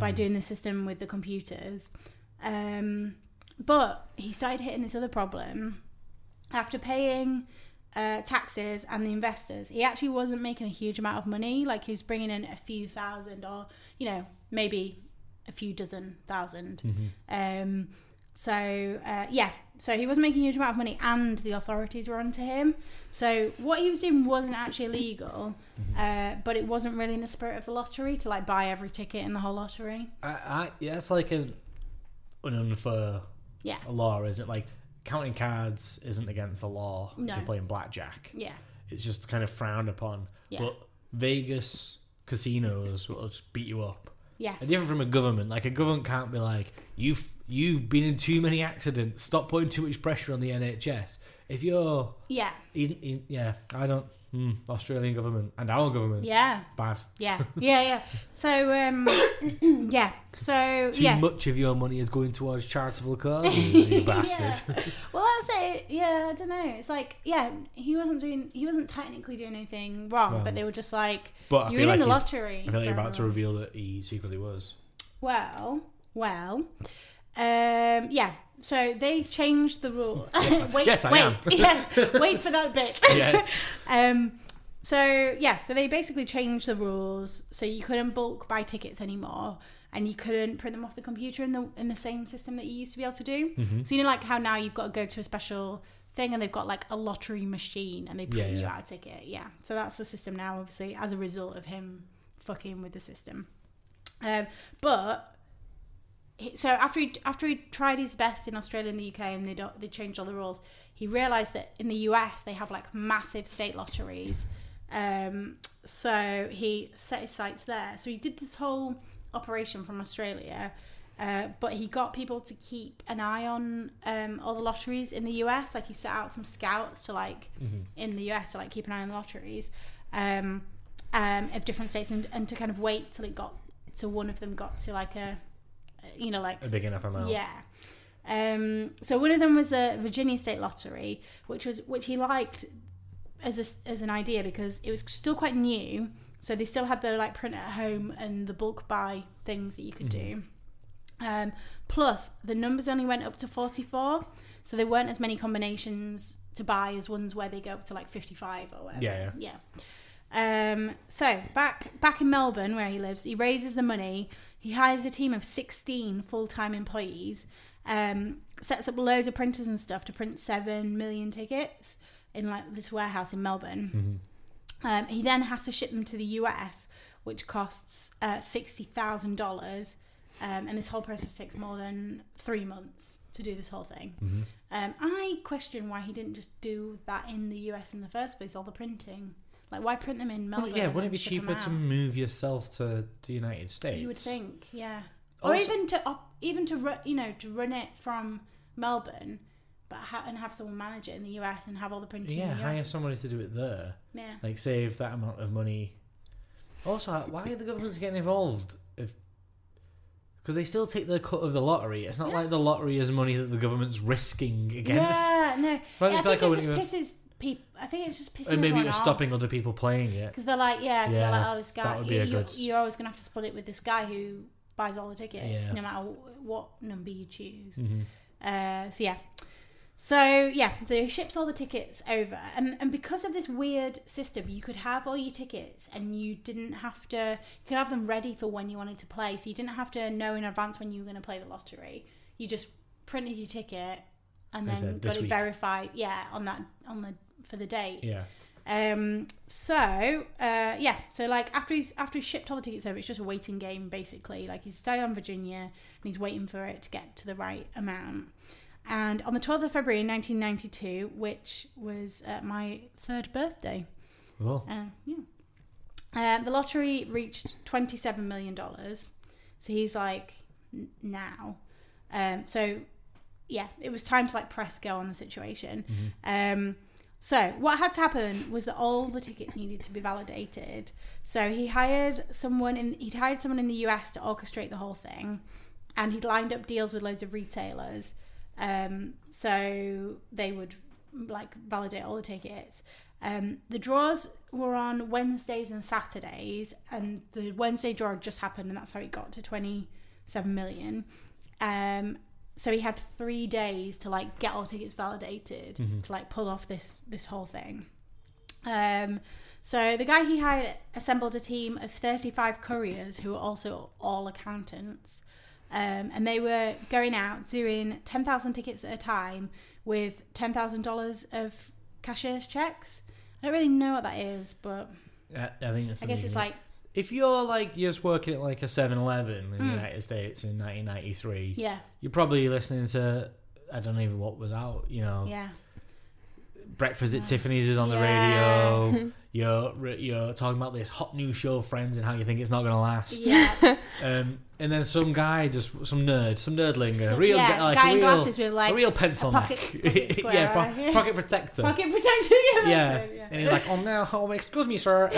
Speaker 1: by doing the system with the computers. Um, but he started hitting this other problem after paying uh, taxes and the investors, he actually wasn't making a huge amount of money. Like he was bringing in a few thousand, or you know, maybe a few dozen 1000 Um, so uh, yeah, so he wasn't making a huge amount of money, and the authorities were onto him. So what he was doing wasn't actually illegal,
Speaker 3: Mm-hmm.
Speaker 1: uh, but it wasn't really in the spirit of the lottery to like buy every ticket in the whole lottery.
Speaker 3: I, I, yeah, it's like an, an unfair
Speaker 1: Yeah,
Speaker 3: Oh. law, isn't it? Like counting cards isn't against the law
Speaker 1: No.
Speaker 3: if you're playing blackjack.
Speaker 1: Yeah.
Speaker 3: It's just kind of frowned upon.
Speaker 1: Yeah.
Speaker 3: But Vegas casinos will just beat you up.
Speaker 1: Yeah.
Speaker 3: And different from a government. Like a government can't be like, you've you've been in too many accidents. Stop putting too much pressure on the NHS. If you're,
Speaker 1: Yeah.
Speaker 3: he's, he- yeah, I don't. Hmm, Australian government and our government.
Speaker 1: Yeah.
Speaker 3: Bad.
Speaker 1: Yeah. Yeah. Yeah. So, um, yeah. So,
Speaker 3: Too
Speaker 1: yeah.
Speaker 3: much of your money is going towards charitable causes, you bastard.
Speaker 1: Well, I'd say, yeah, I don't know. It's like, yeah, he wasn't doing, he wasn't technically doing anything wrong,
Speaker 3: Well.
Speaker 1: but they were just like,
Speaker 3: But I feel
Speaker 1: you're in
Speaker 3: like
Speaker 1: the
Speaker 3: he's-
Speaker 1: lottery.
Speaker 3: I feel like you're
Speaker 1: for
Speaker 3: about to
Speaker 1: everyone."
Speaker 3: reveal that he secretly was.
Speaker 1: Well, well, um, yeah. So they changed the rule. wait,
Speaker 3: yes, I
Speaker 1: wait,
Speaker 3: am.
Speaker 1: yeah, wait for that bit.
Speaker 3: Yeah.
Speaker 1: um, so yeah, so they basically changed the rules. So you couldn't bulk buy tickets anymore, and you couldn't print them off the computer in the in the same system that you used to be able to do.
Speaker 3: Mm-hmm.
Speaker 1: So you know, like how now you've got to go to a special thing, and they've got like a lottery machine, and they
Speaker 3: Yeah,
Speaker 1: print you
Speaker 3: yeah.
Speaker 1: out a ticket. Yeah. So that's the system now, obviously, as a result of him fucking with the system. Um, but he- so after he after he tried his best in Australia and the UK, and they don't, they changed all the rules, he realised that in the US they have like massive state lotteries. Um, so he set his sights there. So he did this whole operation from Australia. Uh, but he got people to keep an eye on um, all the lotteries in the US. Like he set out some scouts to like
Speaker 3: Mm-hmm.
Speaker 1: in the US to like keep an eye on the lotteries um, um, of different states and, and to kind of wait till it got till one of them got to like a you know like
Speaker 3: A big enough amount.
Speaker 1: Yeah. Um, so one of them was the Virginia State Lottery, which was which he liked as a, as an idea because it was still quite new. So they still had the like print at home and the bulk buy things that you could do.
Speaker 3: Mm-hmm.
Speaker 1: Um, plus, the numbers only went up to 44, so there weren't as many combinations to buy as ones where they go up to like 55 or whatever.
Speaker 3: Yeah,
Speaker 1: yeah. Um, so back back in Melbourne, where he lives, he raises the money. He hires a team of 16 full time employees. Um, sets up loads of printers and stuff to print seven million tickets in like this warehouse in Melbourne. Um, he then has to ship them to the US, which costs uh, sixty thousand dollars, um, and this whole process takes more than three months to do this whole thing.
Speaker 3: Mm-hmm.
Speaker 1: Um, I question why he didn't just do that in the US in the first place. All the printing, like why print them in Melbourne?
Speaker 3: yeah, wouldn't it
Speaker 1: and
Speaker 3: be
Speaker 1: ship 'em
Speaker 3: cheaper to
Speaker 1: out?
Speaker 3: move yourself to the United States?
Speaker 1: You would think, yeah, or
Speaker 3: Also-
Speaker 1: even to op- even to ru- you know to run it from Melbourne, but ha- and have someone manage it in the US and have all the printing.
Speaker 3: Yeah,
Speaker 1: in the US.
Speaker 3: hire somebody to do it there.
Speaker 1: Yeah.
Speaker 3: Like save that amount of money. Also, why are the governments getting involved? If because they still take their cut of the lottery. It's not
Speaker 1: Yeah.
Speaker 3: like the lottery is money that the government's risking against.
Speaker 1: Yeah, no.
Speaker 3: But I
Speaker 1: I,
Speaker 3: just feel like
Speaker 1: think
Speaker 3: I
Speaker 1: it
Speaker 3: wouldn't
Speaker 1: just pisses people. I think it's just pissing.
Speaker 3: And maybe it was stopping other people playing it.
Speaker 1: because they're like, yeah, 'cause
Speaker 3: Yeah,
Speaker 1: they're like, oh, this guy,
Speaker 3: that would be
Speaker 1: you,
Speaker 3: a
Speaker 1: you-
Speaker 3: good-
Speaker 1: you're always gonna have to split it with this guy who buys all the tickets,
Speaker 3: Yeah. Mm-hmm.
Speaker 1: no matter wh- what number you choose. Uh, so yeah. So yeah, so he ships all the tickets over, and and because of this weird system, you could have all your tickets, and you didn't have to. You could have them ready for when you wanted to play, so you didn't have to know in advance when you were going to play the lottery. You just printed your ticket, and
Speaker 3: They
Speaker 1: then
Speaker 3: said,
Speaker 1: got
Speaker 3: "This
Speaker 1: it
Speaker 3: week."
Speaker 1: verified. Yeah, on that on the for the date.
Speaker 3: Yeah.
Speaker 1: Um, so uh, yeah, so like after he's after he's shipped all the tickets over, it's just a waiting game basically. Like he's staying on Virginia and he's waiting for it to get to the right amount. And on the 12th of February 1992, which was uh, my third birthday,
Speaker 3: Well,
Speaker 1: uh, yeah, uh, the lottery reached 27 million dollars. So he's like, "N- now, um, so yeah, it was time to like press go on the situation. Um, so what had to happen was that all the tickets needed to be validated. So he hired someone in he'd hired someone in the US to orchestrate the whole thing, and he'd lined up deals with loads of retailers. Um, so they would like validate all the tickets. Um, the draws were on Wednesdays and Saturdays, and the Wednesday draw had just happened, and that's how it got to twenty-seven million um so he had three days to like get all tickets validated to like pull off this this whole thing um so the guy he hired assembled a team of 35 couriers who were also all accountants um, and they were going out doing 10,000 tickets at a time with $10,000 of cashier's checks. I don't really know what that is, but
Speaker 3: I, I think that's
Speaker 1: I
Speaker 3: something
Speaker 1: guess it's
Speaker 3: that-
Speaker 1: like,
Speaker 3: if you're like you're just working at like a 7-Eleven in the United States in 1993,
Speaker 1: Mm. yeah,
Speaker 3: you're probably listening to I don't even what was out. You know,
Speaker 1: Yeah.
Speaker 3: Breakfast at Tiffany's is on the
Speaker 1: Yeah.
Speaker 3: radio. You're re- you're talking about this hot new show, Friends, and how you think it's not going to last.
Speaker 1: Yeah.
Speaker 3: Um, and then some guy, just some nerd, some nerdlinger, a
Speaker 1: Some-
Speaker 3: real
Speaker 1: yeah,
Speaker 3: guy, like
Speaker 1: guy
Speaker 3: a
Speaker 1: in
Speaker 3: real,
Speaker 1: glasses with, like,
Speaker 3: a real pencil
Speaker 1: a pocket-
Speaker 3: neck,
Speaker 1: pocket square
Speaker 3: yeah, po-
Speaker 1: eye.
Speaker 3: pocket protector,
Speaker 1: Pocket protector. Yeah.
Speaker 3: yeah.
Speaker 1: that's it,
Speaker 3: And he's like, "Oh no, oh, excuse me, sir," um,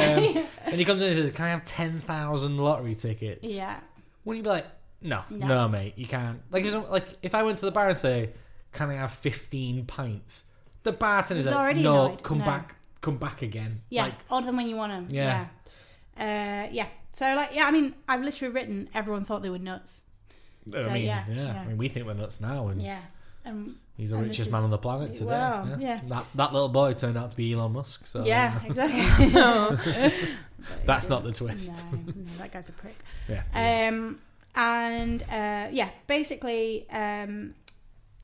Speaker 3: and he comes in and says, "Can I have ten thousand lottery tickets?"
Speaker 1: yeah.
Speaker 3: Wouldn't you be like, "No,
Speaker 1: No.
Speaker 3: no, mate, you can't." Like, if some- like if I went to the bar and say, "Can I have fifteen pints?" The bartender's
Speaker 1: He's
Speaker 3: like,
Speaker 1: already
Speaker 3: "No,
Speaker 1: annoyed,
Speaker 3: come
Speaker 1: no."
Speaker 3: back, come back again."
Speaker 1: Yeah,
Speaker 3: Like,
Speaker 1: older than when you want them.
Speaker 3: Yeah.
Speaker 1: Yeah. Yeah. Uh, yeah. So like, yeah, I mean, I've literally written. Everyone thought they were nuts. So,
Speaker 3: I mean,
Speaker 1: yeah,
Speaker 3: yeah,
Speaker 1: yeah.
Speaker 3: I mean, we think we're nuts now, and
Speaker 1: Yeah. Um,
Speaker 3: He's the
Speaker 1: And
Speaker 3: richest
Speaker 1: this
Speaker 3: man
Speaker 1: is-
Speaker 3: on the planet today.
Speaker 1: Wow, yeah.
Speaker 3: That that little boy turned out to be Elon Musk. So
Speaker 1: yeah,
Speaker 3: you know,
Speaker 1: exactly. no,
Speaker 3: that's not the twist.
Speaker 1: no, that guy's a prick.
Speaker 3: Yeah. he is.
Speaker 1: Um, and uh, yeah, basically, um,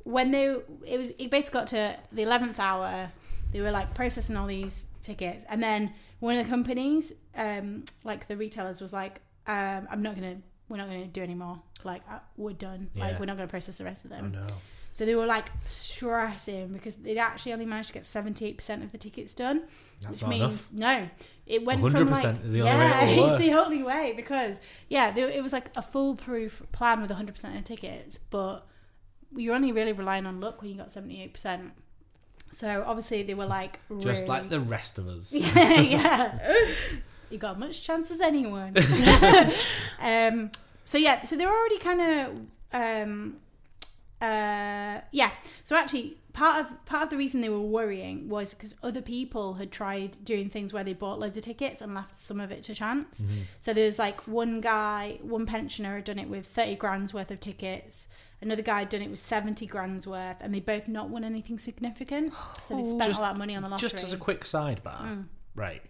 Speaker 1: when they it was it basically got to the eleventh hour, they were like processing all these tickets, and then one of the companies, um, like the retailers, was like, um, "I'm not gonna, we're not gonna do anymore. Like uh, we're done. Like
Speaker 3: Yeah. Oh,
Speaker 1: we're not gonna process the rest of them."
Speaker 3: no.
Speaker 1: So they were like stressing because they'd actually only managed to get seventy eight percent of the tickets done,
Speaker 3: That's
Speaker 1: which
Speaker 3: not
Speaker 1: means
Speaker 3: enough.
Speaker 1: no, it went from like
Speaker 3: 100% is the only way
Speaker 1: yeah,
Speaker 3: it will
Speaker 1: it's the only way because yeah, they, it was like a foolproof plan with hundred percent of tickets, but you're only really relying on luck when you got seventy eight percent. So obviously they were like
Speaker 3: Just
Speaker 1: really-
Speaker 3: like the rest of us.
Speaker 1: yeah. You got much chance as anyone. um, so yeah, so they're already kind of um, uh, yeah. So actually, part of part of the reason they were worrying was because other people had tried doing things where they bought loads of tickets and left some of it to chance.
Speaker 3: Mm-hmm.
Speaker 1: So there's like one guy, one pensioner had done it with thirty grand's worth of tickets. Another guy had done it with seventy grand's worth, and they both not won anything significant. So they spent all that money on the lottery.
Speaker 3: Just as a quick sidebar,
Speaker 2: Mm.
Speaker 3: right?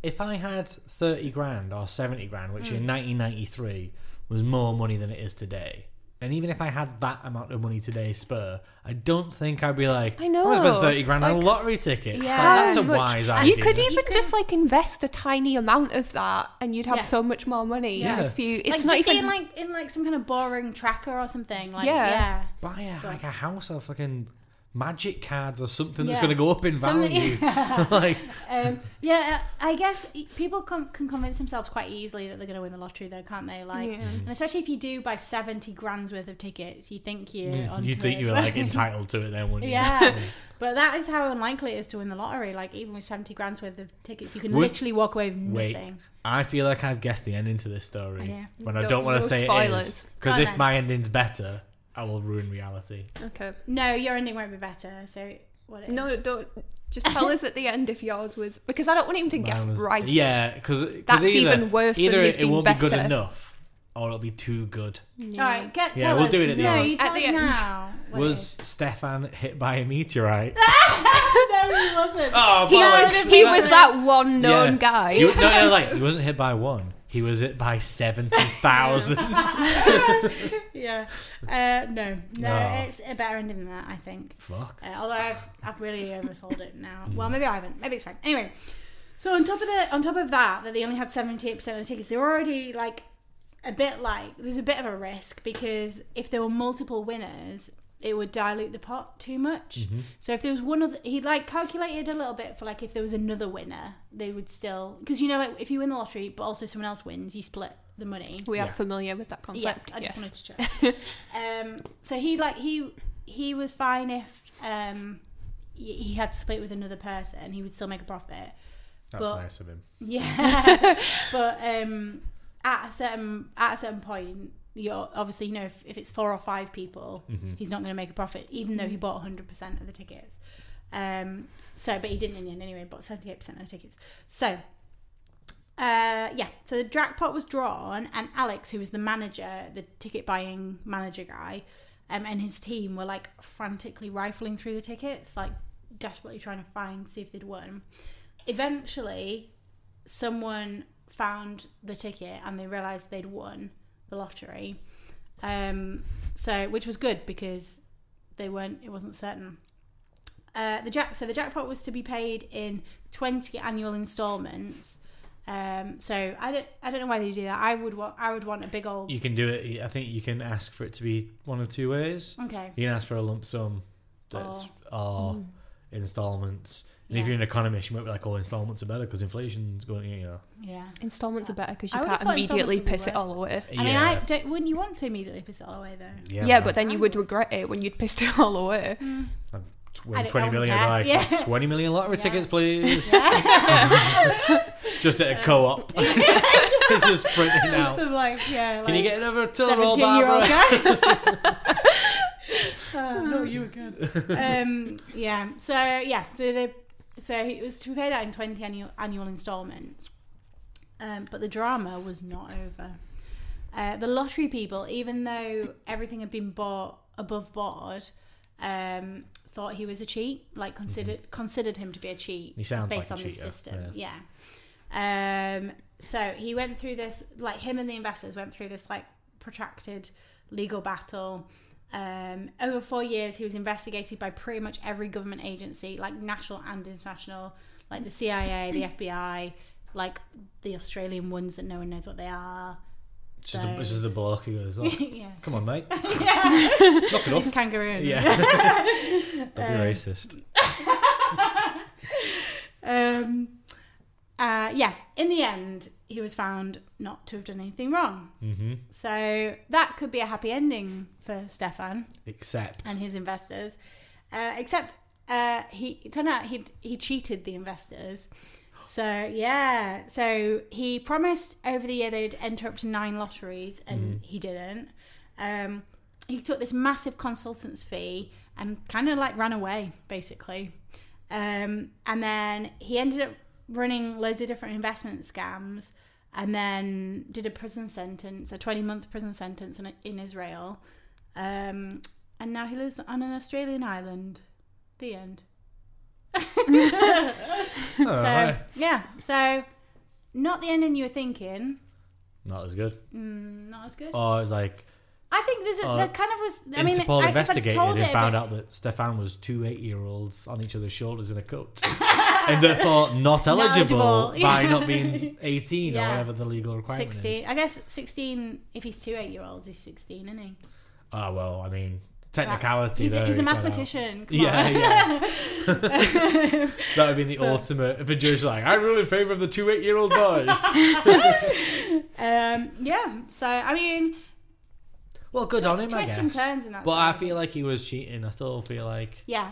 Speaker 3: If I had thirty grand or seventy grand, which
Speaker 2: Mm.
Speaker 3: in 1993 was more money than it is today. And even if I had that amount of money today, spur, I don't think I'd be like, "Oh,
Speaker 2: I know,
Speaker 3: I spent thirty grand on a
Speaker 2: like-
Speaker 3: lottery ticket. It's like,
Speaker 1: Yeah.
Speaker 3: that's a
Speaker 2: How much-
Speaker 3: wise idea.
Speaker 2: You could even just like invest a tiny amount of that, and you'd have
Speaker 1: Yeah.
Speaker 2: so much more money.
Speaker 3: Yeah.
Speaker 2: If you,
Speaker 1: like
Speaker 2: it's
Speaker 1: just
Speaker 2: not even
Speaker 1: in like in like some kind of boring tracker or something. Like
Speaker 2: Yeah.
Speaker 1: yeah,
Speaker 3: buy a, like a house or fucking magic cards or something that's
Speaker 1: Yeah.
Speaker 3: going to go up in
Speaker 1: Something-
Speaker 3: value. like,
Speaker 1: um, yeah. I guess e, people can, can convince themselves quite easily that they're going to win the lottery, though, can't they? Like, and especially if you do buy seventy grand's worth of tickets, you think you
Speaker 2: Um,
Speaker 3: you'd think you were like entitled to it then, wouldn't you?
Speaker 1: yeah. But that is how unlikely it is to win the lottery. Like even with seventy grand's worth of tickets, you can
Speaker 3: Would-
Speaker 1: literally walk away with
Speaker 3: Wait,
Speaker 1: nothing.
Speaker 3: I feel like I've guessed the ending to this story,
Speaker 1: yeah.
Speaker 3: when I
Speaker 2: Don't-
Speaker 3: don't want
Speaker 2: Oh, no
Speaker 3: to say it
Speaker 2: spoilers.
Speaker 3: is because
Speaker 1: Oh,
Speaker 3: if
Speaker 1: no.
Speaker 3: my ending's better, I will ruin reality.
Speaker 2: okay.
Speaker 1: No, your ending won't be better. So what? It is.
Speaker 2: No, don't. Just tell us at the end if yours was because I don't want him to guess
Speaker 3: Mine was-
Speaker 2: right.
Speaker 3: Yeah, because
Speaker 2: That's even worse than
Speaker 3: Either
Speaker 2: his
Speaker 3: it
Speaker 2: being
Speaker 3: won't be good
Speaker 2: better.
Speaker 3: enough, or it'll be too good.
Speaker 1: All right, get,
Speaker 3: Yeah,
Speaker 1: tell
Speaker 3: we'll
Speaker 1: us.
Speaker 3: do it at the
Speaker 1: no,
Speaker 3: end.
Speaker 1: you tell
Speaker 2: At the
Speaker 1: us
Speaker 2: end.
Speaker 1: now. what it
Speaker 3: Was Stefan hit by a meteorite?
Speaker 1: no, he wasn't.
Speaker 3: oh,
Speaker 2: He
Speaker 3: bollocks.
Speaker 2: was, he was that one known
Speaker 3: Yeah.
Speaker 2: guy.
Speaker 3: You- no, no, like he wasn't hit by one. He was hit by seventy thousand.
Speaker 1: Yeah. Uh, no, no,
Speaker 3: Oh.
Speaker 1: it's a better ending than that, I think.
Speaker 3: Fuck.
Speaker 1: Uh, although I've I've really oversold it now. Well, maybe I haven't. Maybe it's fine. Anyway, so on top of the on top of that, that they only had seventy eight percent of the tickets, they were already like a bit like there's a bit of a risk because if there were multiple winners. It would dilute the pot too much. So if there was one other, he like calculated a little bit for like if there was another winner, they would still because you know like if you win the lottery, but also someone else wins, you split the money.
Speaker 2: we are familiar with that concept.
Speaker 1: Yeah, I
Speaker 2: yes.
Speaker 1: just wanted to check. um, so he like he he was fine if um, he, he had to split with another person, he would still make a profit.
Speaker 3: That's
Speaker 1: But-
Speaker 3: nice of him.
Speaker 1: Yeah, but um, at a certain at a certain point, you're obviously you know if, if it's four or five people, he's not going to make a profit, even though he bought 100 percent of the tickets. Um, so, but he didn't in the end anyway. Bought 78 percent of the tickets. So, uh, yeah. So the jackpot was drawn, and Alex, who was the manager, the ticket buying manager guy, um, and his team were like frantically rifling through the tickets, like desperately trying to find see if they'd won. Eventually, someone found the ticket and they realized they'd won the lottery. Um, so which was good because they weren't it wasn't certain. Uh, the jack so the jackpot was to be paid in 20 annual installments Um, so I don't, I don't know why they do that. I would want, I would want a big old.
Speaker 3: You can do it. I think you can ask for it to be one of two ways.
Speaker 1: Okay.
Speaker 3: You can ask for a lump sum that's or installments. And if
Speaker 1: Oh. Mm. Yeah.
Speaker 3: you're an economist, you might be like, "Oh, installments are better because inflation's going." You know,
Speaker 1: Yeah.
Speaker 2: Installments are better because
Speaker 1: I
Speaker 2: you
Speaker 1: would
Speaker 2: can't
Speaker 1: have thought
Speaker 2: immediately
Speaker 1: installments would
Speaker 2: piss it
Speaker 1: be
Speaker 2: all away.
Speaker 1: I mean, I
Speaker 3: Yeah.
Speaker 1: don't, wouldn't you want to immediately piss it all away though?
Speaker 2: Yeah, but then you would regret it when you'd pissed it all away.
Speaker 1: Mm.
Speaker 3: I'm tw-
Speaker 1: I don't- I
Speaker 3: twenty
Speaker 1: don't
Speaker 3: million.
Speaker 1: care.
Speaker 3: Like,
Speaker 1: Yeah.
Speaker 3: twenty million lottery tickets, please. just at a co-op. it's just printing out.
Speaker 1: Some like, yeah.
Speaker 3: Can you
Speaker 1: like-
Speaker 3: get another tiller roll,
Speaker 1: 17 year old
Speaker 3: Barbara?
Speaker 1: guy. Uh, no, you again. um, yeah. So yeah. So the so it was to be paid out in twenty annual annual installments. Um, but the drama was not over. Uh, the lottery people, even though everything had been bought above board, um, thought he was a cheat. Like considered considered him to be a cheat.
Speaker 3: Mm-hmm. He sounds
Speaker 1: based
Speaker 3: like a
Speaker 1: on the
Speaker 3: cheater,
Speaker 1: system. Yeah. Um, so he went through this, like him and the investors went through this like protracted legal battle. Um, over four years, he was investigated by pretty much every government agency, like national and international, like the CIA, the FBI, like the Australian ones that no one knows what they are.
Speaker 3: It's just, the, it's just the bloke who goes, oh, "Come on, mate, knock it
Speaker 1: It's
Speaker 3: off."
Speaker 1: kangaroo.
Speaker 3: Yeah. Don't be racist.
Speaker 1: Um, uh, yeah. In the end, he was found not to have done anything wrong. Mm-hmm. So that could be a happy ending for Stefan.
Speaker 3: Except
Speaker 1: and his investors. Uh, except uh, he it turned out he he cheated the investors. So yeah, so he promised over the year they'd enter up to nine lotteries, and he didn't. Um, he took this massive consultants fee and kind of like ran away basically. Um, and then he ended up running loads of different investment scams and then did a prison sentence, a 20 month prison sentence in, in Israel. Um, and now he lives on an Australian island. The end.
Speaker 3: Oh,
Speaker 1: So,
Speaker 3: hi.
Speaker 1: yeah. So, not the ending you were thinking.
Speaker 3: not as good.
Speaker 1: Mm, Not as good.
Speaker 3: Or it's like
Speaker 1: I think there's a,
Speaker 3: uh,
Speaker 1: there kind of was. I mean,
Speaker 3: Interpol
Speaker 1: I, if I'd
Speaker 3: investigated
Speaker 1: told
Speaker 3: and
Speaker 1: it,
Speaker 3: found
Speaker 1: but-
Speaker 3: out that Stefan was two eight-year-olds on each other's shoulders in a coat, and therefore not eligible,
Speaker 1: eligible,
Speaker 3: by
Speaker 1: yeah.
Speaker 3: not being eighteen or
Speaker 1: Yeah.
Speaker 3: whatever the legal requirement
Speaker 1: 16.
Speaker 3: is.
Speaker 1: I guess 16, if he's two eight year olds, he's 16, isn't he?
Speaker 3: Oh well, I mean
Speaker 1: That's-
Speaker 3: technicality.
Speaker 1: He's, a-
Speaker 3: though,
Speaker 1: he's a
Speaker 3: you got out.
Speaker 1: mathematician. Come
Speaker 3: Yeah,
Speaker 1: on.
Speaker 3: yeah. that would be the ultimate. If a judge like, I rule in favor of the two eight-year-old boys.
Speaker 1: Um, yeah. So, I mean,
Speaker 3: well, good on him, I
Speaker 1: twists
Speaker 3: guess.
Speaker 1: and turns in that
Speaker 3: but I
Speaker 1: story.
Speaker 3: feel like he was cheating. I still feel like
Speaker 1: yeah.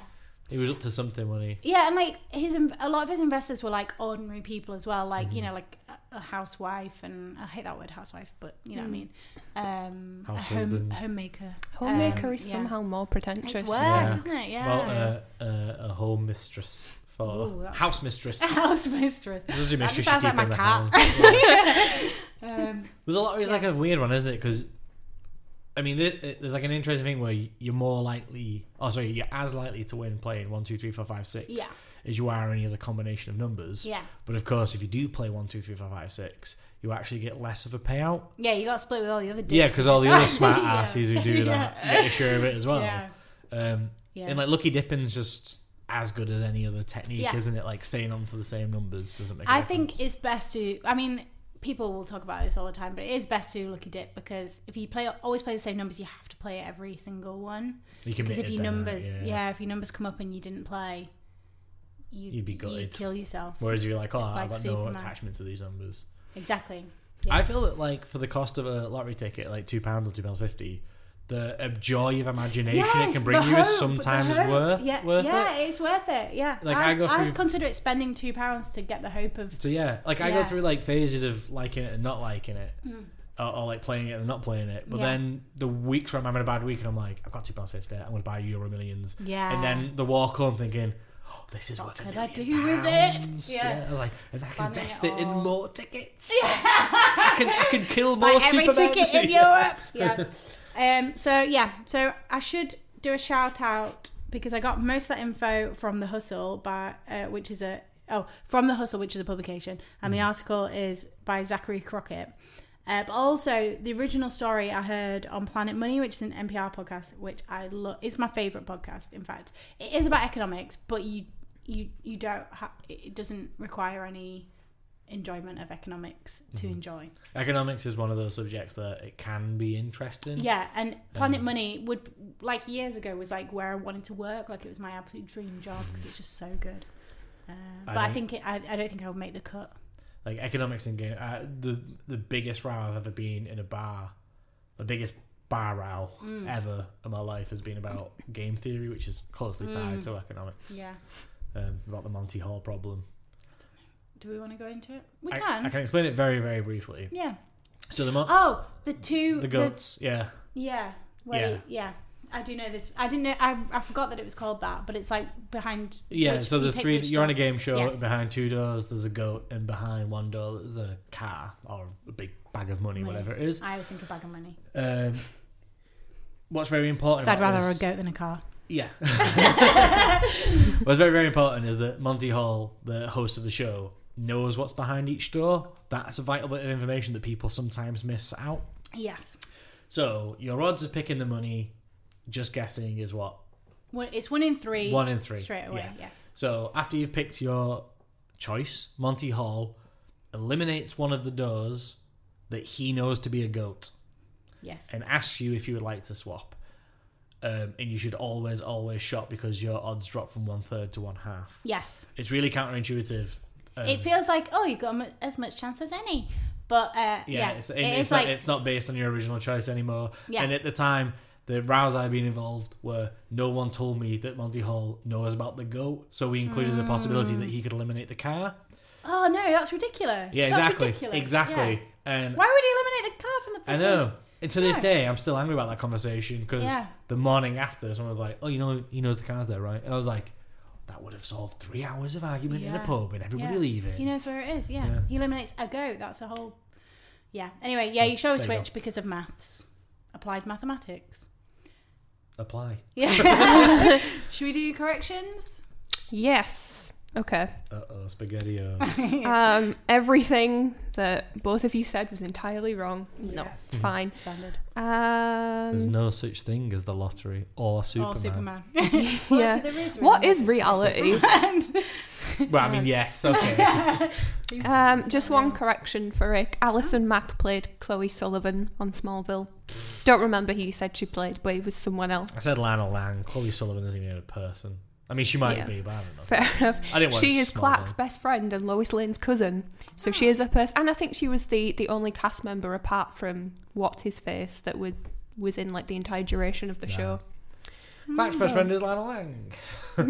Speaker 3: he was up to something when he.
Speaker 1: Yeah, and like his a lot of his investors were like ordinary people as well, like
Speaker 3: Mm-hmm.
Speaker 1: you know, like a- a housewife, and I hate that word housewife, but you know what I mean. Um,
Speaker 3: Mm. House
Speaker 1: a home,
Speaker 3: husband.
Speaker 1: homemaker.
Speaker 2: Homemaker is
Speaker 1: Um, yeah.
Speaker 2: somehow more
Speaker 1: It's
Speaker 2: pretentious.
Speaker 1: worse, isn't it? Yeah.
Speaker 3: Well, uh, uh, a home mistress for
Speaker 1: Ooh, that's-
Speaker 3: house mistress.
Speaker 1: house mistress.
Speaker 3: This is your
Speaker 1: That
Speaker 3: mistress you
Speaker 1: sounds like
Speaker 3: keep
Speaker 1: my
Speaker 3: in the
Speaker 1: cat. Um,
Speaker 3: house. There's a lot. It's like a weird one, isn't it? Because I mean, there- uh, there's like an interesting thing where you're more likely. Oh, sorry, you're as likely to win playing one, two, three, four, five, six.
Speaker 1: Yeah.
Speaker 3: As you are any other combination of numbers.
Speaker 1: Yeah.
Speaker 3: But of course, if you do play one, two, three, four, five, six, you actually get less of a payout.
Speaker 1: Yeah, you got to split with all the other dudes.
Speaker 3: Yeah, because all the other smart asses who do that get a share of it as well.
Speaker 1: Yeah.
Speaker 3: Um,
Speaker 1: Yeah.
Speaker 3: And like Lucky Dipping's just as good as any other technique,
Speaker 1: Yeah.
Speaker 3: isn't it? Like staying on to the same numbers doesn't make. a
Speaker 1: I think
Speaker 3: difference.
Speaker 1: it's best to. I mean, people will talk about this all the time, but it is best to lucky dip because if you play always play the same numbers, you have to play every single one.
Speaker 3: You
Speaker 1: Because
Speaker 3: committed
Speaker 1: if your
Speaker 3: then, right?
Speaker 1: numbers,
Speaker 3: Yeah.
Speaker 1: yeah. if your numbers come up and you didn't play, you,
Speaker 3: You'd be
Speaker 1: you
Speaker 3: gutted.
Speaker 1: kill yourself.
Speaker 3: Whereas you're like, oh,
Speaker 1: Like
Speaker 3: I've got
Speaker 1: Superman.
Speaker 3: no attachment to these numbers.
Speaker 1: Exactly.
Speaker 3: I feel that like for the cost of a lottery ticket, like two pounds or two pounds fifty, the uh, joy of imagination it can bring
Speaker 1: the
Speaker 3: you is
Speaker 1: hope, the
Speaker 3: sometimes
Speaker 1: hope.
Speaker 3: worth
Speaker 1: yeah,
Speaker 3: worth
Speaker 1: yeah,
Speaker 3: it.
Speaker 1: it's worth it. Yeah,
Speaker 3: Like,
Speaker 1: I,
Speaker 3: I go
Speaker 1: I
Speaker 3: through-
Speaker 1: consider it spending two pounds to get the hope of.
Speaker 3: So yeah, like I go
Speaker 1: Yeah. Mm.
Speaker 3: through like phases of liking it and not liking it, or, or like playing it and not playing it. But
Speaker 1: Yeah.
Speaker 3: then the week from I'm having a bad week and I'm like, I've got two pounds fifty. I'm going to buy Euro Millions.
Speaker 1: Yeah.
Speaker 3: And then the walk home thinking, oh, this is worth
Speaker 1: could
Speaker 3: a
Speaker 1: I
Speaker 3: million
Speaker 1: do with it?
Speaker 3: pounds.
Speaker 1: Yeah.
Speaker 3: I was like, and I can
Speaker 1: Bumming it
Speaker 3: invest it, in
Speaker 1: all.
Speaker 3: more tickets. I can I can kill
Speaker 1: Buy
Speaker 3: more
Speaker 1: every
Speaker 3: Superman.
Speaker 1: ticket in Europe. Yeah. um. So yeah. So I should do a shout out because I got most of that info from the Hustle, by uh, which is a oh from the Hustle, which is a publication, and
Speaker 3: Mm-hmm.
Speaker 1: the article is by Zachary Crockett. Uh, but also the original story I heard on Planet Money, which is an NPR podcast, which I love. It's my favorite podcast. In fact, it is about economics, but you you you don't ha- it doesn't require any enjoyment of economics to
Speaker 3: Mhm.
Speaker 1: enjoy.
Speaker 3: Economics is one of those subjects that it can be interesting.
Speaker 1: Yeah, and Planet
Speaker 3: Um,
Speaker 1: Money would like years ago was like where I wanted to work. Like it was my absolute dream job because it's just so good. Uh, but I,
Speaker 3: don't-
Speaker 1: think it, I, I don't think I would make the cut.
Speaker 3: like economics and game. Uh, the the biggest row I've ever been in a bar, the biggest bar row
Speaker 1: Mm.
Speaker 3: ever in my life has been about game theory, which is closely tied
Speaker 1: Mm.
Speaker 3: to economics.
Speaker 1: Yeah.
Speaker 3: um, about the Monty Hall problem.
Speaker 1: Do we want to go into it? We
Speaker 3: I,
Speaker 1: can.
Speaker 3: I can explain it very very briefly.
Speaker 1: Yeah.
Speaker 3: So the Mon-
Speaker 1: Oh, the two.
Speaker 3: the goats, yeah.
Speaker 1: yeah. Wait.
Speaker 3: Yeah.
Speaker 1: Yeah. I do know this. I didn't know. I, I forgot that it was called that, but it's like behind.
Speaker 3: Yeah,
Speaker 1: which-
Speaker 3: so
Speaker 1: you
Speaker 3: there's
Speaker 1: take
Speaker 3: three.
Speaker 1: which
Speaker 3: You're on a
Speaker 1: door.
Speaker 3: game show.
Speaker 1: Yeah.
Speaker 3: Behind two doors, there's a goat, and behind one door, there's a car or a big bag of money,
Speaker 1: Money.
Speaker 3: whatever it is.
Speaker 1: I always think a bag of money.
Speaker 3: Um, what's very important?
Speaker 1: Because I'd
Speaker 3: about
Speaker 1: rather
Speaker 3: this-
Speaker 1: a goat than a car.
Speaker 3: Yeah. What's very very important is that Monty Hall, the host of the show, knows what's behind each door. That's a vital bit of information that people sometimes miss out.
Speaker 1: Yes.
Speaker 3: So your odds of picking the money, just guessing, is what
Speaker 1: One, it's one in three.
Speaker 3: one in three
Speaker 1: Straight away. Yeah.
Speaker 3: So after you've picked your choice, Monty Hall eliminates one of the doors that he knows to be a goat
Speaker 1: Yes.
Speaker 3: and asks you if you would like to swap. Um, and you should always, always shop because your odds drop from one third to one half.
Speaker 1: Yes.
Speaker 3: It's really counterintuitive. Um,
Speaker 1: it feels like oh, you've got mu- as much chance as any, but uh, yeah,
Speaker 3: yeah, it's,
Speaker 1: it
Speaker 3: and
Speaker 1: is
Speaker 3: it's, not, it's not based on your original choice anymore.
Speaker 1: Yeah.
Speaker 3: And at the time, the rows I've been involved were no one told me that Monty Hall knows about the goat, so we included the possibility that he could eliminate the car.
Speaker 1: oh no, that's ridiculous.
Speaker 3: Yeah,
Speaker 1: That's
Speaker 3: exactly,
Speaker 1: ridiculous.
Speaker 3: exactly.
Speaker 1: Yeah.
Speaker 3: And
Speaker 1: Why would he eliminate the car from the?
Speaker 3: I know. And to this
Speaker 1: Yeah.
Speaker 3: day, I'm still angry about that conversation because
Speaker 1: Yeah.
Speaker 3: the morning after, someone was like, "Oh, you know, he knows the car's there, right?" And I was like, "That would have solved three hours of argument in a
Speaker 1: Yeah.
Speaker 3: pub and everybody
Speaker 1: Yeah.
Speaker 3: leaving."
Speaker 1: He knows where it is. Yeah.
Speaker 3: Yeah.
Speaker 1: he eliminates a goat. That's a whole. Yeah. Anyway, yeah, you should always
Speaker 3: Oh, There you go.
Speaker 1: switch because of maths, applied mathematics.
Speaker 3: Apply.
Speaker 1: Yeah. should we do corrections?
Speaker 2: Yes. Okay.
Speaker 3: Uh oh, spaghetti.
Speaker 2: Um, everything that both of you said was entirely wrong. No,
Speaker 1: Yeah.
Speaker 2: it's fine.
Speaker 1: Standard.
Speaker 3: There's
Speaker 2: Um,
Speaker 3: no such thing as the lottery or Superman.
Speaker 1: Or Superman.
Speaker 2: yeah.
Speaker 1: Well, actually, there is
Speaker 2: What
Speaker 1: really
Speaker 2: is
Speaker 1: no
Speaker 2: reality?
Speaker 3: Well, I mean, yes, okay.
Speaker 2: Um, just one correction for Rick. Alison Mack played Chloe Sullivan on Smallville. Don't remember who you said she played, but it was someone else.
Speaker 3: I said Lana Lang. Chloe Sullivan isn't even a person. I mean, she might
Speaker 2: Yeah.
Speaker 3: be, but I don't know.
Speaker 2: Fair enough.
Speaker 3: I didn't watch
Speaker 2: she is
Speaker 3: Smallville.
Speaker 2: Clark's best friend and Lois Lane's cousin. So she is a person, and I think she was the the only cast member apart from what his face that would was in like the entire duration of the show.
Speaker 3: Max' best friend is Lana Lang.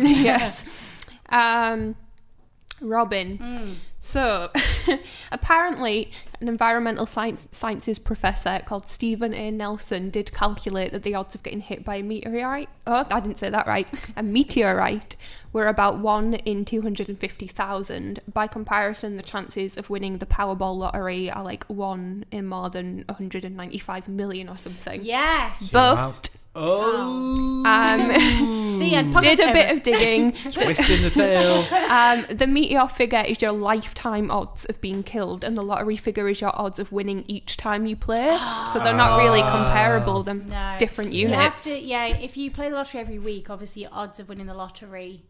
Speaker 2: yes. Um, Robin. So, apparently, an environmental science, sciences professor called Stephen A. Nelson did calculate that the odds of getting hit by a meteorite, oh, I didn't say that right, a meteorite, were about 1 in 250,000. By comparison, the chances of winning the Powerball lottery are like 1 in more than 195 million or something.
Speaker 1: Yes.
Speaker 2: But,
Speaker 3: Oh,
Speaker 2: um,
Speaker 1: the end.
Speaker 2: did a bit of digging.
Speaker 3: twisting the tail.
Speaker 2: Um, the meteor figure is your lifetime odds of being killed, and the lottery figure is your odds of winning each time you play. So they're not really
Speaker 3: Ah.
Speaker 2: comparable. They're
Speaker 1: No.
Speaker 2: different
Speaker 1: You have
Speaker 2: units.
Speaker 1: to, yeah, if you play the lottery every week, obviously your odds of winning the lottery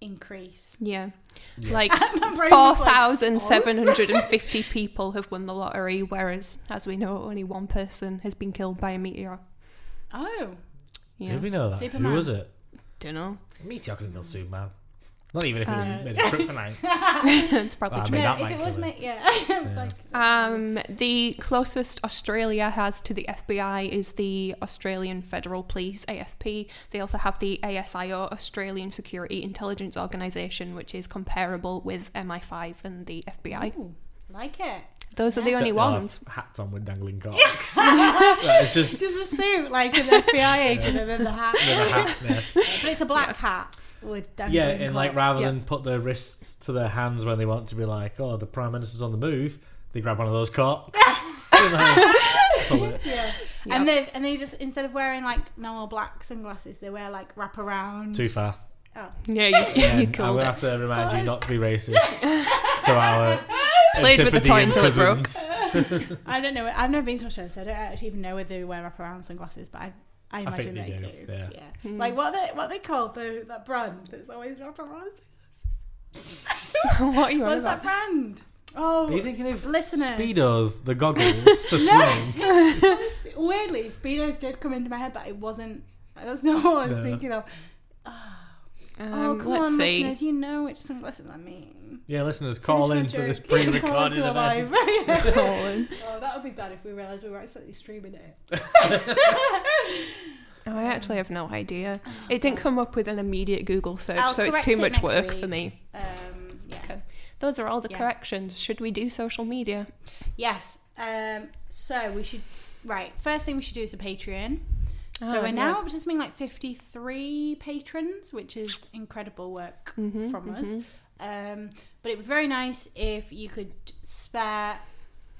Speaker 1: increase.
Speaker 2: Yeah. Like
Speaker 1: My brain was like, oh.
Speaker 2: 4,750 people have won the lottery, whereas, as we know, only one person has been killed by a meteor.
Speaker 1: Oh,
Speaker 2: Yeah.
Speaker 3: Did we know that?
Speaker 1: Superman.
Speaker 3: Who was it?
Speaker 2: Don't know.
Speaker 3: Meteor couldn't kill Superman. Not even if it was made of kryptonite.
Speaker 2: It's probably
Speaker 3: Well, I
Speaker 2: true.
Speaker 3: mean, that
Speaker 1: no, if
Speaker 3: might
Speaker 1: it was
Speaker 3: kill
Speaker 1: me, yeah. I was like,
Speaker 2: Um, the closest Australia has to the FBI is the Australian Federal Police (AFP). They also have the ASIO, Australian Security Intelligence Organisation, which is comparable with MI5 and the FBI.
Speaker 1: ooh, like it.
Speaker 2: Those are the only
Speaker 3: Except they'll have
Speaker 2: ones.
Speaker 3: Hats on with dangling cocks. Right, it's just
Speaker 1: Just a suit, like an FBI agent, and then the hat.
Speaker 3: with a hat. Yeah,
Speaker 1: But it's a black hat with dangling
Speaker 3: yeah and like
Speaker 1: cords.
Speaker 3: rather
Speaker 2: yeah.
Speaker 3: than put their wrists to their hands when they want to be like, oh, the prime minister's on the move, they grab one of those cocks. and, like, pull it.
Speaker 1: and they and they just instead of wearing like normal black sunglasses, they wear like wrap around.
Speaker 3: Too far.
Speaker 2: Yeah, you,
Speaker 3: Yeah,
Speaker 2: you
Speaker 3: and I'm
Speaker 2: called
Speaker 3: gonna
Speaker 2: it.
Speaker 3: have to remind you not to be racist to our
Speaker 2: Played with the toy
Speaker 3: Antipodean
Speaker 2: until it broke.
Speaker 3: cousins.
Speaker 1: I don't know. I've never been to Australia, so I don't actually even know whether they wear wrap around sunglasses, but I. I
Speaker 3: think
Speaker 1: imagine
Speaker 3: they
Speaker 1: they,
Speaker 3: do,
Speaker 1: do.
Speaker 3: yeah.
Speaker 1: Like what they what they call the that brand that's always wrapped around.
Speaker 2: what are you on
Speaker 1: What's that
Speaker 2: about?
Speaker 1: brand? Oh,
Speaker 3: Are you thinking of
Speaker 1: listeners?
Speaker 3: speedos, the goggles for swimming?
Speaker 1: Weirdly, speedos did come into my head, but it wasn't. That's not what I was
Speaker 3: No.
Speaker 1: thinking of.
Speaker 2: Um,
Speaker 1: oh, come
Speaker 2: let's
Speaker 1: on,
Speaker 2: see.
Speaker 1: listeners, you know which song listen I mean.
Speaker 3: Yeah, listeners, call in
Speaker 1: Finish
Speaker 3: to
Speaker 1: my
Speaker 3: this
Speaker 1: joke. Yeah, call
Speaker 3: pre-recorded
Speaker 1: into the
Speaker 3: event.
Speaker 1: live.
Speaker 2: Call in.
Speaker 1: oh, that would be bad if we realised we were actually streaming it.
Speaker 2: Oh, I actually have no idea. It didn't come up with an immediate Google search,
Speaker 1: Oh, I'll
Speaker 2: so it's
Speaker 1: correct
Speaker 2: too
Speaker 1: it
Speaker 2: much
Speaker 1: next
Speaker 2: work
Speaker 1: week.
Speaker 2: for me.
Speaker 1: Um, yeah.
Speaker 2: Okay. Those are all the
Speaker 1: Yeah.
Speaker 2: corrections. Should we do social media?
Speaker 1: Yes. Um, so we should. Right. First thing we should do is a Patreon. So
Speaker 2: Ah,
Speaker 1: we're now
Speaker 2: yeah.
Speaker 1: up to something like 53 patrons, which is incredible work
Speaker 2: Mm-hmm,
Speaker 1: from us. Um, but it would be very nice if you could spare.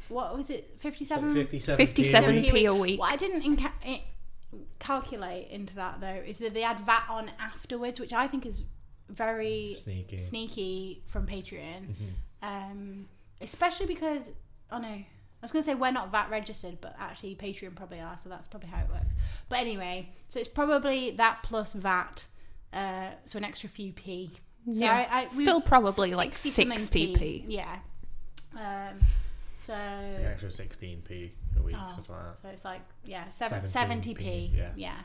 Speaker 1: What was it? 57?
Speaker 3: 57
Speaker 2: 57.
Speaker 3: PLE.
Speaker 2: 7p a week.
Speaker 1: What I didn't inca- i- calculate into that though is that they add VAT on afterwards, which I think is very
Speaker 3: Sneaky.
Speaker 1: sneaky from Patreon, um, especially because oh no, I was going to say we're not VAT registered, but actually Patreon probably are, so that's probably how it works. But anyway, so it's probably that plus VAT, uh, so an extra few p. So
Speaker 2: Yeah. Still probably like
Speaker 1: 60-something
Speaker 2: 60p.
Speaker 1: Yeah. Um, so
Speaker 3: An extra 16p a
Speaker 1: Oh,
Speaker 3: week, stuff like that.
Speaker 1: so it's like yeah, seven,
Speaker 3: 70p,
Speaker 1: 70p.
Speaker 3: yeah.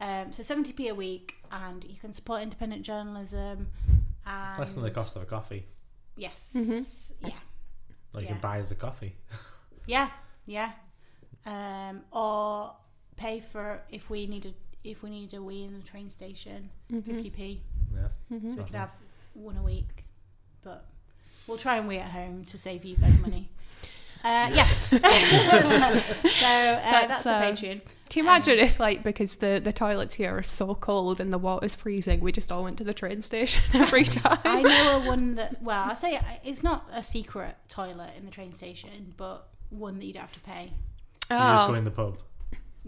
Speaker 1: yeah. Um, so 70p a week, and you can support independent journalism. And
Speaker 3: Less than the cost of a coffee.
Speaker 1: Yes.
Speaker 2: Mm-hmm.
Speaker 1: Yeah.
Speaker 3: Like you
Speaker 1: Yeah.
Speaker 3: can buy us a coffee.
Speaker 1: Yeah. Yeah. Um, or pay for if we need a if we need a wee in the train station, 50p.
Speaker 3: Yeah.
Speaker 2: Mm-hmm.
Speaker 1: So we could have one a week, but we'll try and wee at home to save you guys money. Uh, yeah. so uh, that's, the
Speaker 2: uh,
Speaker 1: Patreon.
Speaker 2: Can you imagine if, like, because the, the toilets here are so cold and the water's freezing, we just all went to the train station every time?
Speaker 1: I know a one that well, I say uh, it's not a secret toilet in the train station, but one that you'd have to pay.
Speaker 3: You just go
Speaker 2: Oh,
Speaker 3: in the pub.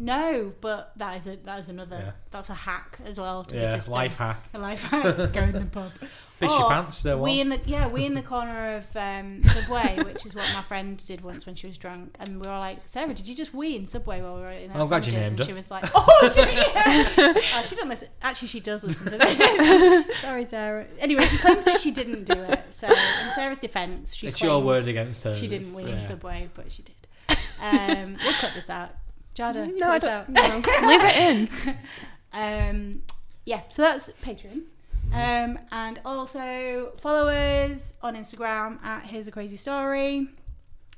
Speaker 1: No, but that is a that is another
Speaker 3: Yeah.
Speaker 1: that's a hack as well to the
Speaker 3: Yeah,
Speaker 1: system.
Speaker 3: life hack.
Speaker 1: A life hack. Go in the pub.
Speaker 3: Fish your pants, there
Speaker 1: We
Speaker 3: one.
Speaker 1: in the yeah, we in the corner of um, Subway, which is what my friend did once when she was drunk, and we were like, Sarah, did you just wee in Subway while we were in? our
Speaker 3: I'm glad you
Speaker 1: sandwiches?"
Speaker 3: named
Speaker 1: and
Speaker 3: her.
Speaker 1: She was like, oh, she, oh, she didn't listen. Actually, she does listen to this. Sorry, Sarah. Anyway, she claims that she didn't do it. So, in Sarah's defence, she
Speaker 3: It's
Speaker 1: claims
Speaker 3: your word against hers.
Speaker 1: she didn't wee in
Speaker 3: Yeah. Uh,
Speaker 1: Subway, but she did. Um, we'll cut this out. Jada,
Speaker 2: no, I
Speaker 1: cut this out.
Speaker 2: don't. No. Leave it in.
Speaker 1: Um, yeah, so that's Patreon. Um, and also follow us on Instagram at Here's a Crazy Story.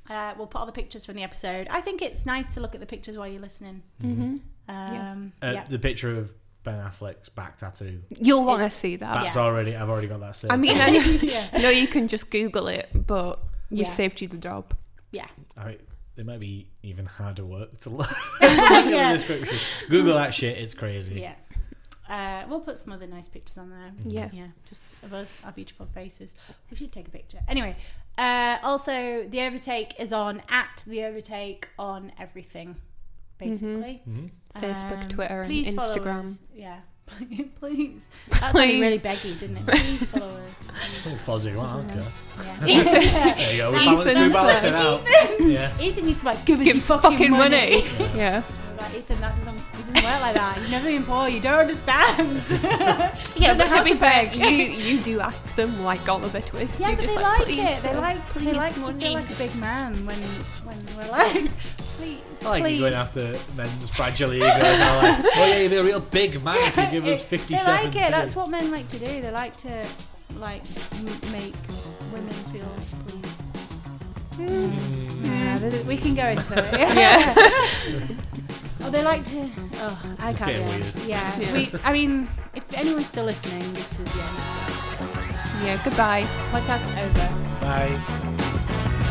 Speaker 1: Uh, we'll put all the pictures from the episode. I think it's nice to look at the pictures while you're listening.
Speaker 2: Mm-hmm.
Speaker 1: Um,
Speaker 3: Uh,
Speaker 1: yeah.
Speaker 3: The picture of Ben Affleck's back tattoo.
Speaker 2: You'll want to see that.
Speaker 3: That's
Speaker 1: Yeah.
Speaker 3: already, I've already got that saved.
Speaker 2: I mean, I know,
Speaker 1: Yeah.
Speaker 2: I know you can just Google it, but we
Speaker 1: Yeah.
Speaker 2: saved you the job.
Speaker 1: yeah.
Speaker 3: I mean, it might be even harder work to look at
Speaker 1: Yeah.
Speaker 3: the description. Google that shit, it's crazy.
Speaker 1: Yeah. Uh, we'll put some other nice pictures on there.
Speaker 2: Yeah.
Speaker 1: Yeah. Just of us, our beautiful faces. We should take a picture. Anyway, uh, also, The Overtake is on at The Overtake on everything, basically. Um,
Speaker 2: Facebook, Mm-hmm. Twitter, and
Speaker 1: please follow
Speaker 2: Instagram.
Speaker 1: us. Yeah. please. That sounded really beggy, didn't it? Please follow us.
Speaker 3: Oh, fuzzy, well, okay.
Speaker 1: Yeah.
Speaker 3: There you go, we balance, we
Speaker 2: Ethan's
Speaker 3: balance it out. Yeah.
Speaker 1: Ethan used to like, give us your
Speaker 2: Give us fucking money. yeah.
Speaker 1: I'm Like, Ethan, that doesn't, it doesn't work like that. You've never been poor. You don't understand.
Speaker 2: Yeah, but to
Speaker 1: how
Speaker 2: be
Speaker 1: to
Speaker 2: fair, you, you do ask them like Oliver Twist.
Speaker 1: Yeah,
Speaker 2: you
Speaker 1: but
Speaker 2: just
Speaker 1: they
Speaker 2: like,
Speaker 1: like,
Speaker 2: please,
Speaker 1: it. They
Speaker 2: uh,
Speaker 1: like
Speaker 2: please
Speaker 1: they like to
Speaker 2: money.
Speaker 1: feel like a big man when when we're like, please,
Speaker 3: I like
Speaker 1: please.
Speaker 3: you going after men's fragile egos. I'm like, oh yeah, you'd be a real big man if you give us
Speaker 1: It-
Speaker 3: 57.
Speaker 1: They like
Speaker 3: to
Speaker 1: it.
Speaker 3: do."
Speaker 1: That's what men like to do. They like to like m- make women feel pleased.
Speaker 3: Hmm.
Speaker 1: Yeah, th- we can go into it. Yeah. oh, they like to. Oh, I can't.
Speaker 3: getting
Speaker 1: do it.
Speaker 3: weird.
Speaker 1: Yeah.
Speaker 2: Yeah.
Speaker 1: We. I mean, if anyone's still listening, this is yeah.
Speaker 2: Yeah, goodbye.
Speaker 1: Podcast over.
Speaker 3: Bye.